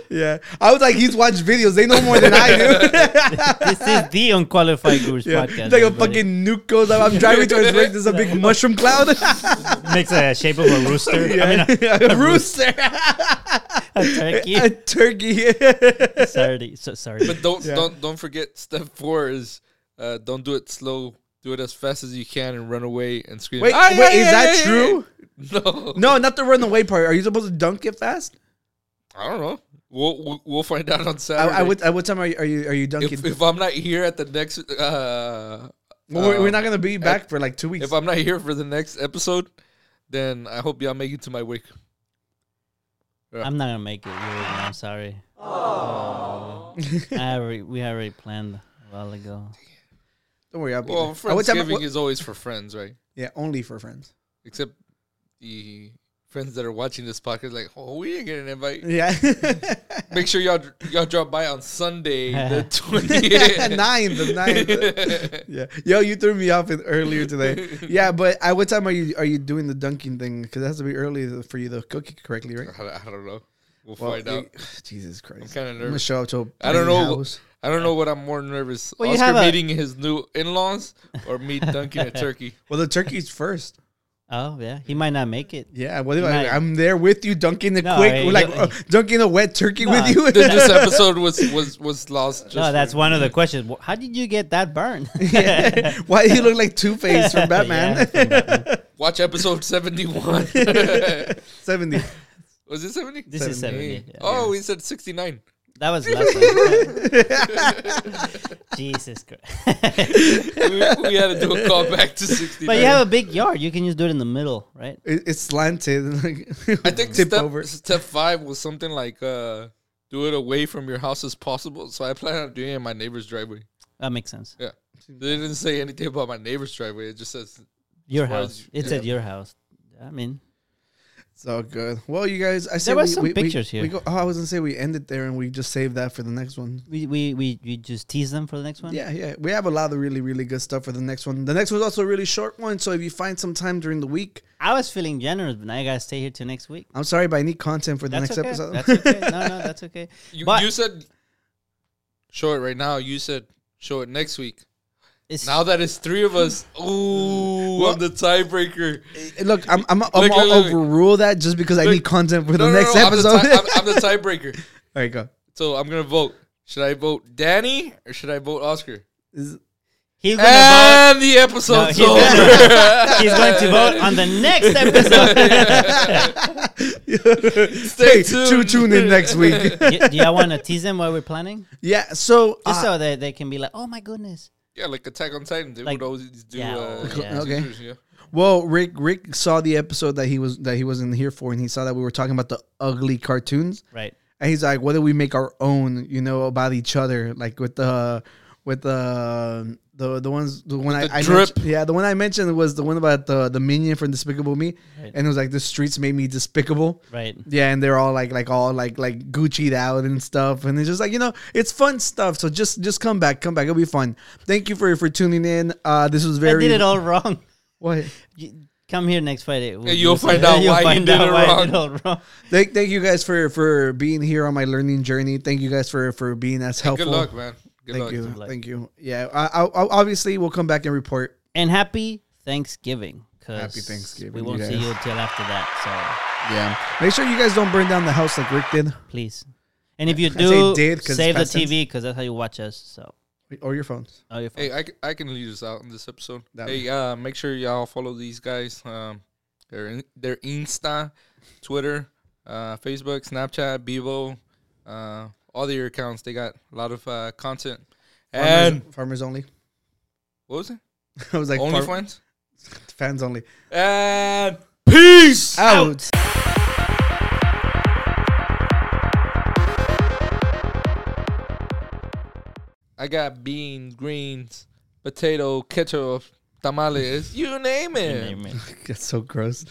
A: [laughs] yeah. I was like, he's watched videos. They know more than I
C: [laughs]
A: do. [laughs]
B: This is the unqualified gurus
A: yeah,
B: podcast.
A: it's like a
B: everybody.
A: fucking nuke goes up. I'm driving
C: [laughs]
A: towards break. There's a big mushroom cloud.
B: makes a shape of a rooster.
A: [laughs]
B: I mean, a,
A: a
C: [laughs]
A: rooster,
B: a
A: [laughs]
B: turkey.
A: a turkey.
B: Sorry, so, sorry.
C: [laughs] But don't
A: Yeah.
C: don't don't forget step four is uh, don't do it slow. Do it as fast as you can and run away and scream.
A: wait,
C: "Ay,
A: wait,
C: ay,
A: is
C: ay,
A: that
C: ay,
A: true?
C: ay." No,
A: No, not the run away part. Are you supposed to dunk it fast?
C: I don't know. We'll we'll, we'll find out
A: I,
C: on Saturday.
A: I would. At what time are you? Are you, are you dunking?
C: if, if I'm not here at the next, uh,
A: Well, we're, we're
C: um,
A: not gonna be back for like two weeks.
C: if I'm not here for the next episode, then I hope y'all make it to my wake.
B: I'm not gonna make it. Yuri, man. I'm sorry. I already, we already planned a while ago.
A: Don't worry, I'll be
C: Well,
A: there. At what time-
C: Friendsgiving
A: what-
C: is always for friends, right?
A: yeah, only for
C: [laughs]
A: friends.
C: Except the friends that are watching this podcast, like, oh, we didn't get an invite.
A: Yeah, [laughs]
C: Make sure y'all y'all drop by on
B: [laughs]
C: Sunday the twentieth.
A: [laughs] nine, the nine.
C: [laughs]
A: Yeah, yo, you threw me off in earlier today. Yeah, but at what time are you are you doing the dunking thing? Because it has to be early for you to cook it correctly, right?
C: I, I don't know. We'll,
A: Well,
C: find out.
A: you- [sighs] Jesus
C: I'm
A: Christ,
C: kind of
A: I'm gonna
C: nervous.
A: show up to. a
C: I
A: painted
C: don't know.
A: house.
C: I don't know what I'm more nervous:
B: Well, you
C: Oscar
B: have a-
C: meeting his new in-laws or
B: [laughs]
C: me dunking a turkey.
A: Well, the turkey's first.
B: Oh yeah, he might not make it.
A: Yeah, what if
B: Nice.
A: I, I'm there with you dunking the
B: No,
A: quick,
B: I-
A: like
B: you-
A: uh, dunking a wet turkey
B: No,
A: with you?
C: Then
A: [laughs]
C: this episode was was was lost. Just
B: no, that's
C: for-
B: one of the questions. Wh- How did you get that
A: [laughs]
B: burn? [laughs]
A: Yeah. Why do you look like Two Face from
B: Yeah,
A: Batman?
B: from Batman.
C: Watch
B: [laughs]
C: episode seventy-one.
A: [laughs] Seventy.
C: [laughs]
A: [laughs]
C: was it seventy?
B: This is 70, yeah.
C: Oh, we said sixty-nine.
B: that was last time. Jesus
C: [laughs]
B: Christ!
C: we, we had to do a call back to sixty-nine.
B: but you have a big yard. You can just do it in the middle, right?
A: It, it's slanted. [laughs] and, Like,
C: I think
A: tip
C: step,
A: over.
C: step five was something like uh, do it away from your house as possible. So I plan on doing it in my neighbor's driveway.
B: That makes sense.
C: Yeah. They didn't say anything about my neighbor's driveway. It just says
B: Your
C: far
B: house.
C: as-
B: It's
C: yeah.
B: at your house. I mean,
A: So good. Well, you guys, I said
B: was
A: we-
B: some
A: we, we-
B: pictures here.
A: We go, oh, I was gonna say we ended there and we just saved that for the next one.
B: we we we, we just tease them for the next one.
A: Yeah, yeah. We have a lot of really, really good stuff for the next one. The next one's also a really short one. So if you find some time during the week,
B: I was feeling generous, but now I gotta stay here till next week.
A: I'm sorry, but I need content for the
B: That's
A: next
B: okay.
A: episode.
B: That's okay.
A: [laughs]
B: No, no, that's okay.
C: you,
B: But-
C: you said show it right now. You said show it next week.
B: It's
C: Now that it's three of us, ooh, I'm the tiebreaker.
A: Hey, Look, I'm, I'm, I'm
C: Look,
A: all
C: look, look.
A: overrule that just because I
C: Look.
A: need content for the
C: No, no,
A: next
C: no, I'm the
A: episode.
C: tie- I'm, I'm the tiebreaker.
A: [laughs] all right, go.
C: So I'm gonna vote. Should I vote Danny or should I vote Oscar?
A: Is-
B: He's gonna
C: [laughs]
B: vote.
C: And the episode's
B: No, he's
C: over. [laughs]
B: He's going to vote on the next episode.
C: [laughs]
A: Stay tuned. Tune in next week.
B: [laughs] do, do y'all want to tease them while we're planning,
A: yeah. So
B: just
A: uh,
B: so that they can be like, "Oh my goodness!"
C: yeah, like Attack on Titan. They
B: Like-
C: would always do.
B: yeah,
C: uh,
B: yeah.
A: Okay.
C: teasers, yeah.
A: Well, Rick Rick saw the episode that he was that he wasn't here for, and he saw that we were talking about the ugly cartoons,
B: Right?
A: and he's like, "What do we make our own? You know, about each other, like with the with the the the ones the one
C: the
A: I, I
C: drip.
A: mentioned- yeah the one I mentioned was the one about the the minion from Despicable Me,
B: Right.
A: and it was like the streets made me despicable."
B: Right?
A: Yeah, and they're all like like all like like Gucci'd out and stuff, and it's just like you know it's fun stuff. So just just come back, come back, it'll be fun. Thank you for for tuning in. Uh, this was very
B: I did it all wrong.
A: What?
B: You- Come here next Friday. We'll
C: you'll
B: do- [laughs]
C: find out why you did it
B: I did all wrong.
A: Thank, thank you guys for for being here on my learning journey. Thank you guys for for being as helpful.
C: Good luck, man. Good
A: Thank
C: luck.
A: you,
B: luck.
A: thank you. Yeah, I, I, I- obviously we'll come back and report.
B: And happy Thanksgiving. 'cause
A: Happy Thanksgiving,
B: We
A: you
B: won't see
A: guys.
B: you till after that.
A: Yeah, make sure you guys don't burn down the house like Rick did,
B: So please. And if you
A: I say
B: do,
A: did 'cause it's
B: save the
A: past tense.
B: TV because that's how you watch us. So,
A: or your phones.
B: oh, you're fine.
C: Hey, I, c- I can lead us out in this episode.
A: That
C: hey, uh, make sure y'all follow these guys. Um, their in, their Insta, Twitter, uh, Facebook, Snapchat, Bebo, uh, all their accounts. They got a lot of uh, content. And
A: farmers, farmers only. [laughs]
C: what was it?
A: I was like
C: Only
A: far-
C: friends.
A: fans only.
C: And peace.
A: Out.
C: I got beans, greens, potato, ketchup, tamales. You name it.
B: Amen.
C: [laughs]
A: That's so gross.